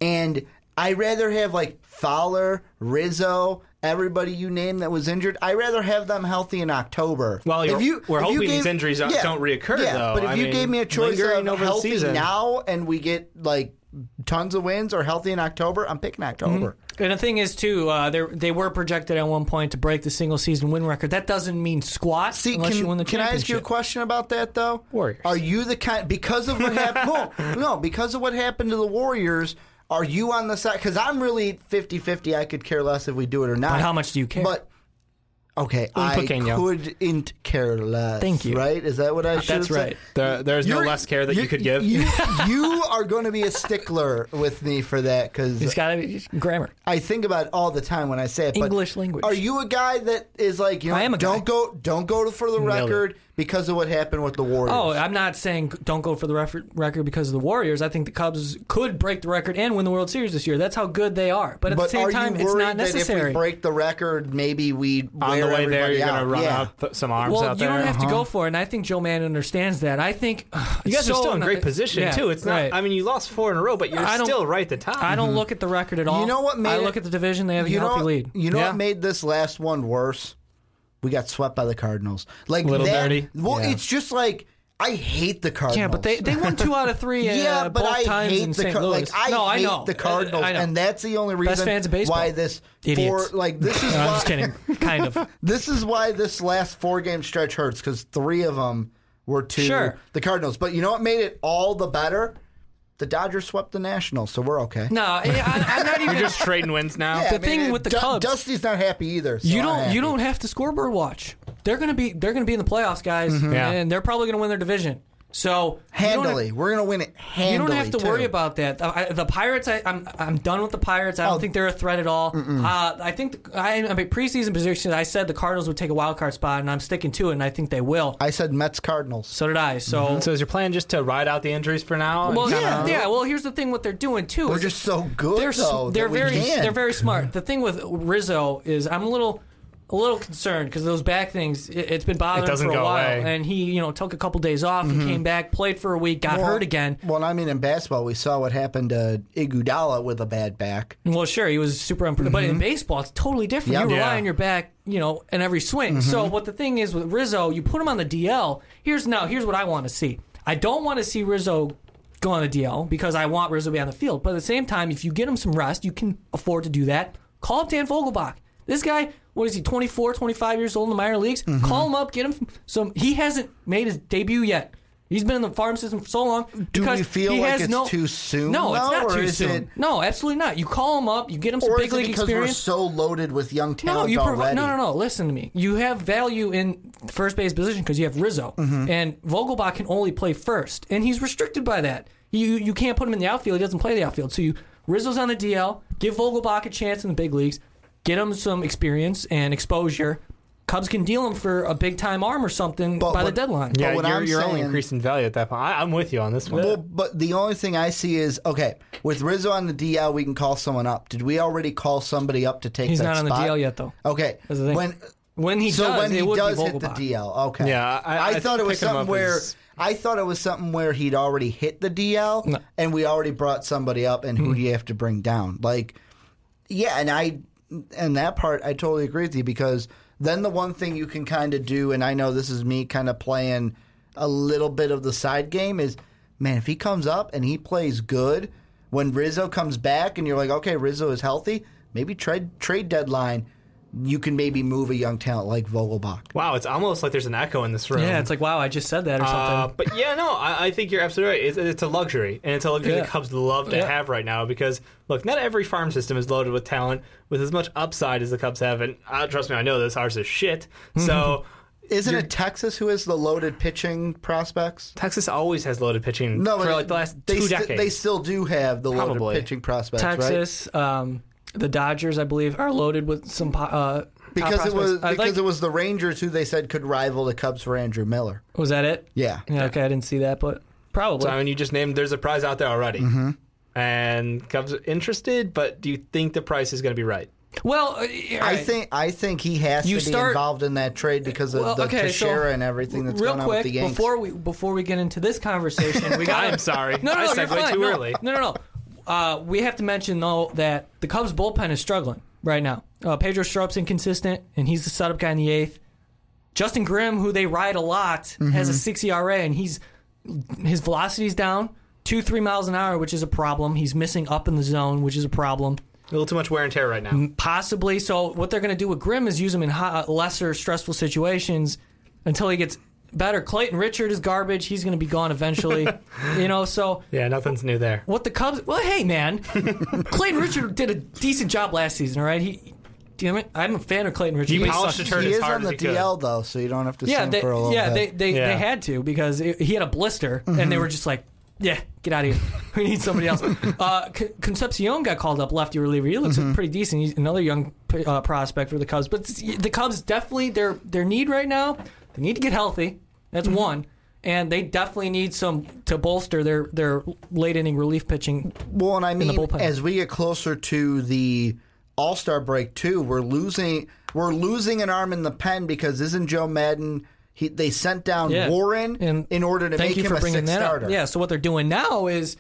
C: and I rather have like Fowler, Rizzo, everybody you name that was injured. I rather have them healthy in October.
D: Well, you're- we're hoping these injuries don't- don't reoccur,
C: yeah,
D: though.
C: But if
D: I
C: you
D: mean,
C: gave me a choice
D: lingering
C: of
D: over the
C: healthy
D: season.
C: now and we get like tons of wins or healthy in October, I'm picking October.
B: And the thing is, too, uh, they they were projected at one point to break the single season win record. That doesn't mean squat
C: See,
B: unless
C: can,
B: you win the
C: can I ask you a
B: championship.
C: question about that though?
D: Warriors.
C: Are you the kind because of what happened? no, no, because of what happened to the Warriors. Are you on the side? Because I'm really 50-50. I could care less if we do it or not.
B: how much do you care?
C: But okay, I
D: pequeño.
C: couldn't care less.
B: Thank you.
C: Right? Is that what I should?
B: That's
C: have said?
B: right.
D: There, there's no
C: You're-
D: less care that you,
C: you-
D: could give.
C: You, you are going to be a stickler with me for that because
B: It's got to be grammar.
C: I think about it all the time when I say it. but
B: English language.
C: Are you a guy that is like you know?
B: I am a guy.
C: don't go, don't go for the
D: Nailed it.
C: record because of what happened with the Warriors.
B: Oh, I'm not saying don't go for the ref- record because of the Warriors. I think the Cubs could break the record and win the World Series this year. That's how good they are. But at
C: but
B: the same
C: are
B: time,
C: you
B: it's
C: worried
B: not
C: that if we
B: necessary.
C: break the record, maybe we
D: On the
C: wear
D: way there,
C: everybody
D: you're going
C: out?
D: to run
C: yeah.
D: out th- some arms
B: well,
D: out
B: you
D: there.
B: don't have to go for it, and I think Joe Mann understands that. I think
D: You guys are still in great position too. It's not. I mean, you lost four in a row, but you're
B: I don't-
D: still right at the top. Mhm.
B: I don't look at the record at all.
C: Mm-hmm. You know what made
B: I
C: it-
B: look at the division; they have a
C: you
B: healthy
C: know,
B: lead.
C: You know
D: Yeah.
C: what made this last one worse? We got swept by the Cardinals. Like
D: Little
C: that,
D: dirty.
C: Well,
D: Yeah.
C: it's just like I hate the Cardinals.
B: Yeah, but they, they won two out of three. uh,
C: yeah, but
B: both
C: I
B: times
C: hate
B: in
C: the
B: St.
C: Car-
B: Louis.
C: like I
B: no,
C: hate
B: I know
C: the Cardinals,
B: I know.
C: and that's the only reason
B: fans of baseball.
C: why this
B: Idiots.
C: four like this is
B: No,
C: why
B: I'm just kidding. Kind of.
C: this is why this last four game stretch hurts because three of them were to
B: Sure.
C: the Cardinals. But you know what made it all the better? The Dodgers swept the Nationals, so we're okay.
B: No, I, I, am not even.
D: You're just trading wins now.
C: Yeah,
B: the thing with the Cubs-
C: Dusty's not happy either. so
B: You
C: I'm
B: don't.
C: happy.
B: You don't have to scoreboard watch. They're gonna be. They're gonna be in the playoffs, guys,
D: Yeah.
B: and they're probably gonna win their division. So you don't have-
C: Mm-hmm. handily. We're gonna win it handily.
B: You don't have to
C: too.
B: worry about that. I, I- the Pirates, I, I'm I'm done with the Pirates.
C: Oh.
B: I don't think they're a threat at all. Uh, I think the, I, I mean, preseason position. I said the Cardinals would take a wild card spot, and I'm sticking to it, and I think they will.
C: I said Mets Cardinals.
B: so did I. So.
C: Mm-hmm.
D: So is your plan just to ride out the injuries for now? and
B: Well,
D: kinda-
B: yeah. yeah. Well, here's the thing: what they're doing too
C: We're
B: is
C: just so good.
B: they're s-
C: though,
B: they're
C: that we
B: very
C: can.
B: they're very smart. The thing with Rizzo is I'm a little a little concerned because those back things it, it's been bothering
D: It doesn't
B: him for a
D: go
B: while,
D: away.
B: and he you know took a couple days off and came back, played for a week, got
C: Mm-hmm. Well,
B: hurt again.
C: Well, I mean, in basketball, we saw what happened to Iguodala with a bad back.
B: Well, sure, he was super unpredictable, but in baseball, it's totally different.
C: Mm-hmm. Yeah. Mm-hmm.
B: You rely
D: Yeah.
B: on your back, you know, in every swing. So what the thing is with Rizzo, you put him on the DL. Here's now. Here's what I want to see. I don't want to see Rizzo go on the DL because I want Rizzo to be on the field. But at the same time, if you get him some rest, you can afford to do that. Call up Dan Vogelbach. This guy, what is he, 24, 25 years old in the minor leagues?
C: Mm-hmm.
B: Call him up, get him some. He hasn't made his debut yet. He's been in the farm system for so long.
C: Do
B: because
C: we feel
B: he
C: like
B: has
C: it's
B: no,
C: too soon,
B: No, it's
C: though,
B: not
C: or
B: too
C: is
B: soon.
C: it-
B: no, absolutely not. You call him up, you get him some
C: Or
B: big
C: is it
B: league
C: because we're
B: experience.
C: so loaded with young talent
B: you provi-
C: already?
B: No, no, no. Listen to me. You have value in first base position because you have Rizzo,
C: Mm-hmm.
B: and Vogelbach can only play first, and he's restricted by that. You you can't put him in the outfield. He doesn't play the outfield. So you Rizzo's on the DL. Give Vogelbach a chance in the big leagues. Get him some experience and exposure. Cubs can deal him for a big time arm or something
C: But
B: by the
C: what-
B: deadline.
C: but
D: Yeah,
C: what
D: you're,
C: I'm
D: you're only
C: saying-
D: increasing value at that point. I, I'm with you on this one.
C: Well, but the only thing I see is okay with Rizzo on the DL, we can call someone up. Did we already call somebody up to take?
B: He's
C: that
B: not on the
C: spot?
B: DL yet, though.
C: Okay,
B: That's the thing.
C: when
B: When he
C: so
B: does,
C: when
B: it
C: he
B: would
C: does
B: be
C: hit the
B: Vogelbach.
C: DL, okay.
D: Yeah, I- I
C: thought it was
D: pick him
C: something
D: up
C: where
D: as-
C: I thought it was something where he'd already hit the DL, and we already brought somebody up. And who
D: Hmm.
C: do you have to bring down? Like, yeah, and I and that part I totally agree with you because then the one thing you can kind of do, and I know this is me kind of playing a little bit of the side game is, man, if he comes up and he plays good, when Rizzo comes back and you're like, okay, Rizzo is healthy, maybe trade trade deadline, you can maybe move a young talent like Vogelbach.
D: wow, it's almost like there's an echo in this room.
B: Yeah, it's like wow, I just said that or
C: Um,
B: something.
D: Uh, but yeah, no, I, I think you're absolutely right. It's, it's a luxury, and it's a luxury
B: Yeah.
D: the Cubs love to
B: Yeah.
D: have right now because look, not every farm system is loaded with talent with as much upside as the Cubs have, and uh, trust me, I know this. Ours is shit. So
C: Isn't it Texas who has the loaded pitching prospects?
D: Texas always has loaded pitching for
C: but
D: like the last
C: they
D: two
C: sti-
D: decades.
C: they still do have the
D: Probably.
C: loaded pitching prospects, right?
B: Texas, um, the Dodgers, I believe, are loaded with some po- uh, top
C: Because it
B: prospects.
C: was
B: I'd
C: because
B: like-
C: it was the Rangers who they said could rival the Cubs for Andrew Miller.
B: was that it?
C: Yeah.
B: Yeah. Okay, I didn't see that, but probably.
D: So, I mean, you just named there's a prize out there already, and Cubs are interested, but do you think the price is going to be right?
B: well, uh,
C: I think I think he has
B: You
C: to be
B: start-
C: involved in that trade because of
B: Well,
C: the
B: okay, so
C: Teixeira and everything that's
B: real
C: going on
B: quick
C: with the Yanks.
B: before we before we get into this conversation, we got.
D: I'm sorry,
B: no, no,
D: I
B: no, you're
D: segued
B: fine.
D: too
B: no,
D: early.
B: no, no, no. Uh, we have to mention though that the Cubs bullpen is struggling right now. Uh, Pedro Strup's inconsistent, and he's the setup guy in the eighth. Justin Grimm, who they ride a lot, has a six ERA, and he's his velocity's down two three miles an hour, which is a problem. He's missing up in the zone, which is a problem.
D: A little too much wear and tear right
B: Mm.
D: now.
B: Possibly. So what they're going to do with Grimm is use him in hot, lesser stressful situations until he gets better. Clayton Richard is garbage. He's going to be gone eventually. you know. So
D: Yeah, nothing's new there.
B: what the Cubs? Well, hey man, Clayton Richard did a decent job last season. All right. He, damn it, I'm a fan of Clayton Richard.
D: He
B: but
D: polished
B: sucks.
D: the turd
C: he
D: as
C: is
D: hard
C: on
D: as
C: the
D: he could.
C: DL though, so you don't have to see
B: Yeah,
C: him
B: they,
C: for a little
B: yeah,
C: bit.
B: they they
D: Yeah.
B: they had to because it, he had a blister, and they were just like, "Yeah, get out of here. We need somebody else." uh, Con- Concepcion got called up lefty reliever. He looks pretty decent. He's another young uh, prospect for the Cubs, but it's- the Cubs definitely their their need right now. They need to get healthy. That's one. And they definitely need some to bolster their, their late inning relief pitching.
C: Well, and I
B: the
C: mean,
B: bullpen.
C: as we get closer to the All Star break too, we're losing we're losing an arm in the pen because isn't Joe Madden? He, they sent down
B: Yeah.
C: Warren
B: And
C: in order to
B: Thank
C: make
B: you
C: him
B: for
C: a
B: bringing
C: sixth
B: that
C: starter.
B: up. Yeah. So what they're doing now is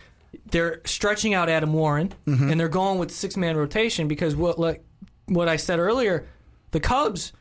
B: they're stretching out Adam Warren
C: Mm-hmm.
B: and they're going with six man rotation because what like what I said earlier, the Cubs,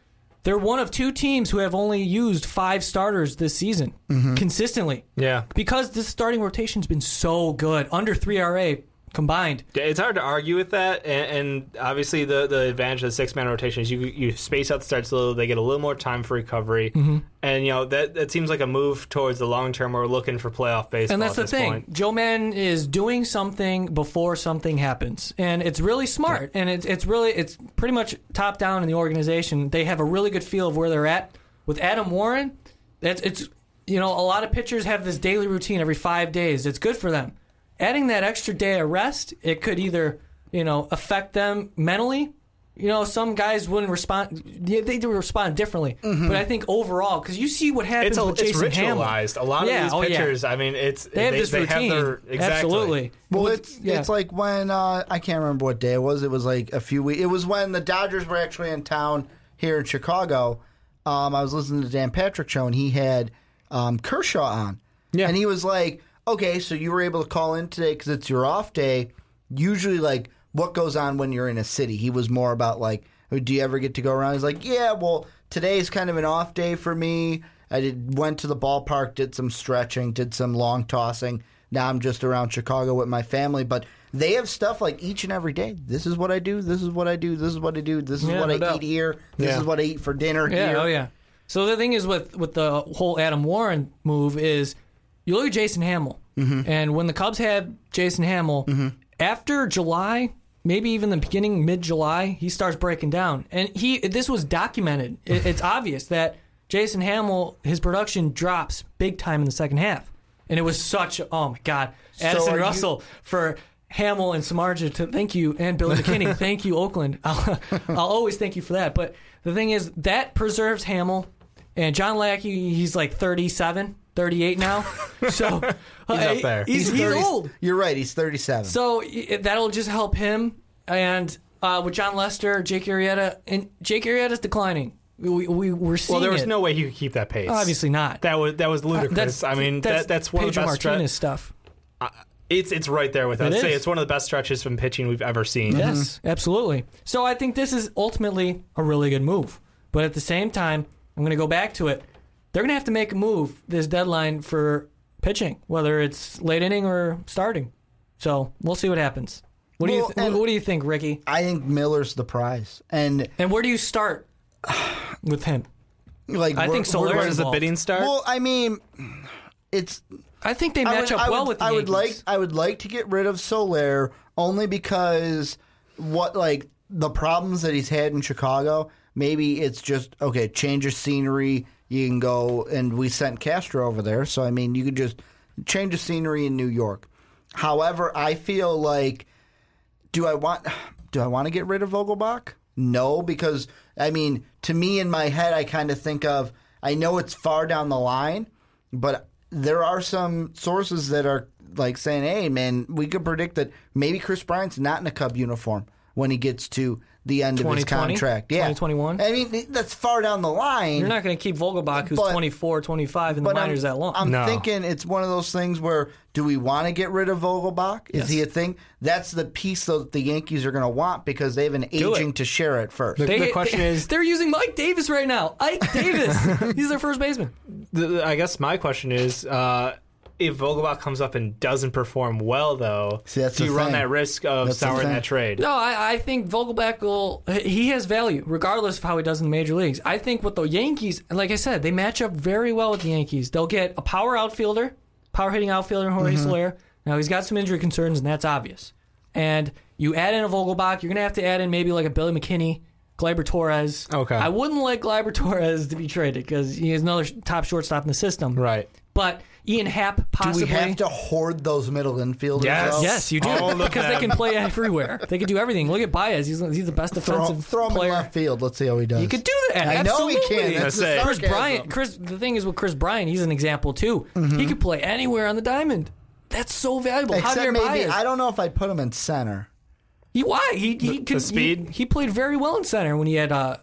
B: they're one of two teams who have only used five starters this season
C: Mm-hmm.
B: consistently.
D: Yeah.
B: Because this starting rotation's been so good, under three RA combined.
D: Yeah, it's hard to argue with that, and, and obviously the, the advantage of the six man rotation is you you space out the starts a little. They get a little more time for recovery,
B: Mm-hmm.
D: and you know that that seems like a move towards the long term. We're looking for playoff baseball.
B: And that's
D: at
B: the
D: this
B: thing.
D: Point.
B: Joe Madden is doing something before something happens, and it's really smart. And it's it's really it's pretty much top down in the organization. They have a really good feel of where they're at. With Adam Warren, that's it's you know a lot of pitchers have this daily routine every five days. It's good for them. Adding that extra day of rest, it could either you know affect them mentally. You know, some guys wouldn't respond. Yeah, they do respond differently. But I think overall, because you see what happens
D: Mm-hmm. It's a,
B: with
D: it's
B: Jason Hamlin.
D: ritualized. A lot
B: Yeah,
D: of
B: oh,
D: these
B: yeah
D: pitchers, I mean, it's
B: they have this routine.
D: their, exactly.
B: Absolutely.
C: Well,
B: With-
C: it's
B: yeah.
C: it's like when uh, I can't remember what day it was. It was like a few weeks. It was when the Dodgers were actually in town here in Chicago. Um, I was listening to Dan Patrick show and he had um, Kershaw on.
B: Yeah.
C: and he was like, "Okay, so you were able to call in today because it's your off day. Usually, like what goes on when you're in a city." He was more about like, "Do you ever get to go around?" He's like, "Yeah, well, today's kind of an off day for me. I did, went to the ballpark, did some stretching, did some long tossing." Now I'm just around Chicago with my family, but they have stuff like each and every day. This is what I do. This is what I do. This is what I do. This is
B: Yeah,
C: what
B: no
C: I
B: doubt.
C: eat here. This
D: Yeah.
C: is what I eat for dinner
B: Yeah,
C: here.
B: oh yeah. So the thing is with with the whole Adam Warren move is you look at Jason Hamill,
C: Mm-hmm.
B: and when the Cubs had Jason Hamill, after July, maybe even the beginning mid July, he starts breaking down, and he this was documented. It, it's obvious that Jason Hamill his production drops big time in the second half, and it was such a- oh my god, Addison
C: are you-
B: Russell for. Hamill and Samarja, to thank you, and Billy McKinney, thank you, Oakland. I'll, I'll always thank you for that. But the thing is, that preserves Hamill, and John Lackey, he's like 37, 38 now. So he's
D: up there.
B: He's, he's
C: 30
B: old.
C: You're right. He's 37.
B: So y- that'll just help him. And uh, with John Lester, Jake Arrieta, and Jake Arrieta's declining. We, we, we're seeing
D: Well, there was
B: it.
D: no way he could keep that pace.
B: Obviously not. Uh,
D: That was that was ludicrous. I mean, that, that's one
B: Pedro
D: of the best. stre-
B: Martinez stuff.
D: it's it's right there with
B: It
D: us. Say
B: is.
D: it's one of the best stretches from pitching we've ever seen.
B: Yes, absolutely. So I think this is ultimately a really good move. But at the same time, I'm going to go back to it. They're going to have to make a move this deadline for pitching, whether it's late inning or starting. So we'll see what happens. What do you
C: Well,
B: th-
C: and-
B: What do you think, Ricky?
C: I think Miller's the prize. And
B: And where do you start with him?
C: like
B: I
C: we're-
B: think
C: we're-
B: Solera
D: Where does the
B: involved.
D: bidding start?
C: Well, I mean, it's
B: I think they
C: I
B: match
C: would-
B: up
C: I
B: well
C: would-
B: with the
C: I would like
B: Yankees.
C: I would like to get rid of Solaire only because what like the problems that he's had in Chicago. Maybe it's just okay, change your scenery. You can go and we sent Castro over there, so I mean you could just change the scenery in New York. However, I feel like do I want do I want to get rid of Vogelbach? No, because I mean, to me in my head, I kind of think of I know it's far down the line, but there are some sources that are like saying, "Hey, man, we could predict that maybe Chris Bryant's not in a Cub uniform when he gets to the end of his
B: 2020?
C: contract." Yeah,
B: 2021?
C: I mean, that's far down the line.
B: You're not going to keep Vogelbach, who's
C: But-
B: 24, 25, in the minors
C: I'm,
B: that long.
C: I'm
D: No.
C: thinking it's one of those things where do we want to get rid of Vogelbach? Is he a thing? That's the piece though that the Yankees are going to want because they have an
B: it.
C: aging to share it first.
D: The- the question
B: they-
D: is-
B: they're using Mike Davis right now. Ike Davis, he's their first baseman.
D: The- the- I guess my question is, uh, if Vogelbach comes up and doesn't perform well, though,
C: See, that's
D: do
C: the
D: you run
C: thing.
D: that risk of
C: That's the
D: souring
C: thing.
D: that trade?
B: No, I, I think Vogelback will. He has value regardless of how he does in the major leagues. I think with the Yankees, and like I said, they match up very well with the Yankees. They'll get a power outfielder, power hitting outfielder in Jorge
C: Mm-hmm.
B: Soler. Now he's got some injury concerns, and that's obvious. And you add in a Vogelbach, you're gonna have to add in maybe like a Billy McKinney, Gleyber Torres.
D: Okay.
B: I wouldn't like Gleyber Torres to be traded because he is another sh- top shortstop in the system.
D: Right.
B: But Ian Happ
C: do
B: possibly.
C: we have to hoard those middle infielders?
D: Yes.
C: though?
B: Yes, you do
D: Oh, All of
B: because they
D: them.
B: can play everywhere. They can do everything. Look at Baez; he's, he's the best
C: Throw,
B: defensive
C: throw him in
B: player.
C: left field. Let's see how he does.
B: He could do that.
C: I know he
B: Absolutely.
C: can. That's
D: That's
C: the
D: it.
B: Chris
C: sarcasm.
B: Bryant. Chris. The thing is with Chris Bryant, he's an example too. He could play anywhere on the diamond. That's so valuable.
C: Mm-hmm. Except
B: Javier
C: maybe
B: Baez.
C: I don't know if I'd put him in center.
B: he, why? He he could,
D: speed?
B: He, he played very well in center when he had uh,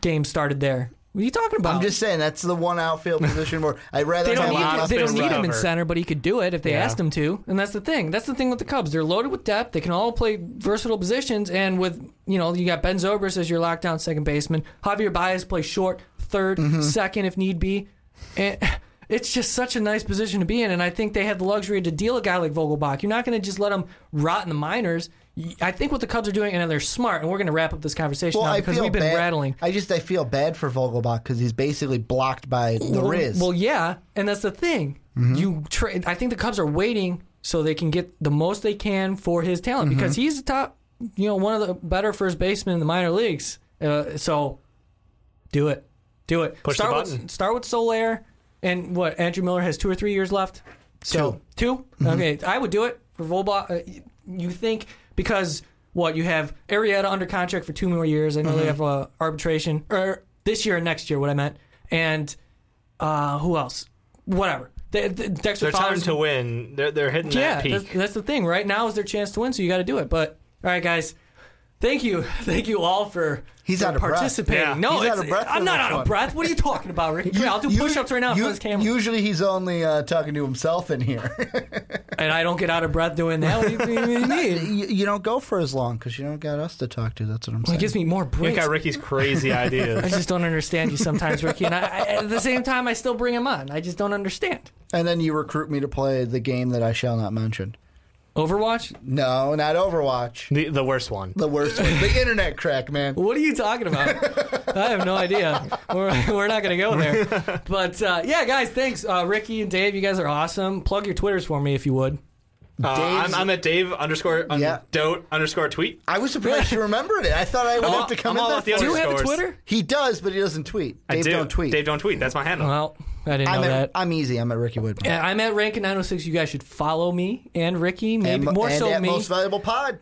B: game started there. What are you talking about?
C: I'm just saying that's the one outfield position where I'd rather
B: They don't
C: have
D: Come
B: need,
D: on,
B: they
D: up
B: don't
D: and
B: need him in
D: over.
B: center, but he could do it if they
D: Yeah.
B: asked him to. And that's the thing. That's the thing with the Cubs. They're loaded with depth. They can all play versatile positions. And with, you know, you got Ben Zobrist as your lockdown second baseman. Javier Baez plays short, 3rd second if need be. And it's just such a nice position to be in. And I think they have the luxury to deal a guy like Vogelbach. You're not going to just let him rot in the minors. Y- I think what the Cubs are doing, and they're smart, and we're going to wrap up this conversation now because we've been
C: bad.
B: rattling.
C: I just I feel bad for Vogelbach because he's basically blocked by the
B: well,
C: Riz.
B: Well, yeah, and that's the thing. You tra- I think the Cubs are waiting so they can get the most they can for his talent because he's the top, you know, one of the better first basemen in the minor leagues. Uh, so do it. Do it.
D: Push the
B: start
D: button.
B: with start with Solaire and what Andrew Miller has 2 or 3 years left. So 2 Okay, I would do it for Volbach. Uh, y- you think because what you have Arietta under contract for two more years. I know they have uh, arbitration or this year and next year. What I meant, and uh, who else? Whatever. They, they, Dexter
D: They're time
B: Fowler's-
D: to win. They're they're hitting
B: yeah,
D: that peak.
B: that's, that's the thing. Right now is their chance to win, so you got to do it. But all right, guys, thank you, thank you all for
C: He's
B: for
C: out of breath.
B: participating.
D: Yeah.
B: No,
C: He's out
B: it's-
C: of breath for
B: I'm not
C: this
B: out of
C: one.
B: breath. What are you talking about, Rick? Come here, I'll do
C: You-
B: push-ups right now in
C: you-
B: front of this camera,
C: Usually he's only uh, talking to himself in here.
B: and I don't get out of breath doing that. What do you, what do you mean?
C: you, you don't go for as long because you don't got us to talk to. That's what I'm
B: It
C: saying.
B: gives me more
D: Look
B: breaks.
D: at Ricky's crazy
B: I
D: ideas.
B: just don't understand you sometimes, Ricky. And I, I, at the same time, I still bring him on. I just don't understand.
C: And then you recruit me to play the game that I shall not mention.
B: Overwatch?
C: No, not Overwatch.
D: The, the worst one.
C: The worst one. The internet crack, man.
B: What are you talking about? I have no idea. We're, we're not going to go there. But uh, yeah, guys, thanks. Uh, Ricky and Dave, you guys are awesome. Plug your Twitters for me if you would.
D: Uh, I'm, I'm at Dave underscore un-
C: Yeah.
D: dote underscore tweet.
C: I was surprised you remembered it. I thought I would
D: I'm all-
C: have to come
D: I'm all
C: in
D: about the
C: there. for
B: Do
C: it.
B: you have a
D: Underscores.
B: Twitter?
C: He does, but he doesn't tweet. Dave
D: I do.
C: not tweet.
D: Dave don't tweet. That's my handle.
B: Well, I didn't
C: I'm,
B: know
C: at,
B: that.
C: I'm easy. I'm at Ricky Woodman.
B: Yeah, I'm at Rankin 906. You guys should follow me and Ricky, maybe
C: and,
B: more
C: and
B: so
C: at
B: me.
C: Most Valuable Pod.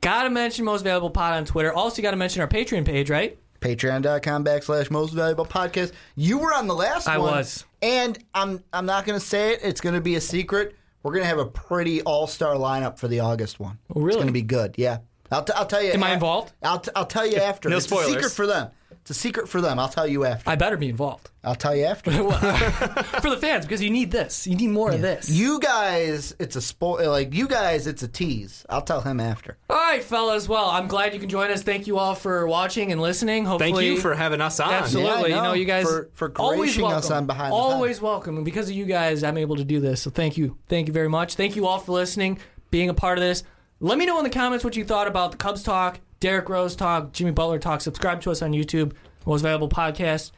B: gotta mention Most Valuable Pod on Twitter. Also, gotta mention our Patreon page, right?
C: Patreon.com backslash Most Valuable Podcast. You were on the last
B: I
C: one.
B: was.
C: And I'm I'm not going to say it. It's going to be a secret. We're going to have a pretty all star lineup for the August one. Oh,
B: really?
C: It's going to be good. Yeah. I'll, t- I'll tell you.
B: Am I involved?
C: I'll, t- I'll tell you after.
D: No
C: it's a
D: spoilers.
C: secret for them. It's a secret for them. I'll tell you after.
B: I better be involved
C: I'll tell you after.
B: for the fans because you need this. You need more of this.
C: You guys, it's a spoil. Like you guys, it's a tease. I'll tell him after.
B: all right, fellas. Well, I'm glad you can join us. Thank you all for watching and listening. Hopefully,
D: Thank you for having us on.
B: Absolutely.
C: Yeah, I
B: You know,
C: know.
B: you guys
C: For- for
B: always
C: gracing
B: welcome.
C: us on Behind the
B: always welcome. And because of you guys, I'm able to do this. So thank you. Thank you very much. Thank you all for listening, being a part of this. Let me know in the comments what you thought about the Cubs talk, Derek Rose talk, Jimmy Butler talk. Subscribe to us on YouTube, Most Valuable Podcast.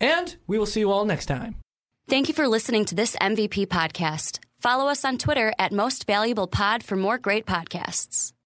B: And we will see you all next time.
A: Thank you for listening to this MVP podcast. Follow us on Twitter at Most Valuable Pod for more great podcasts.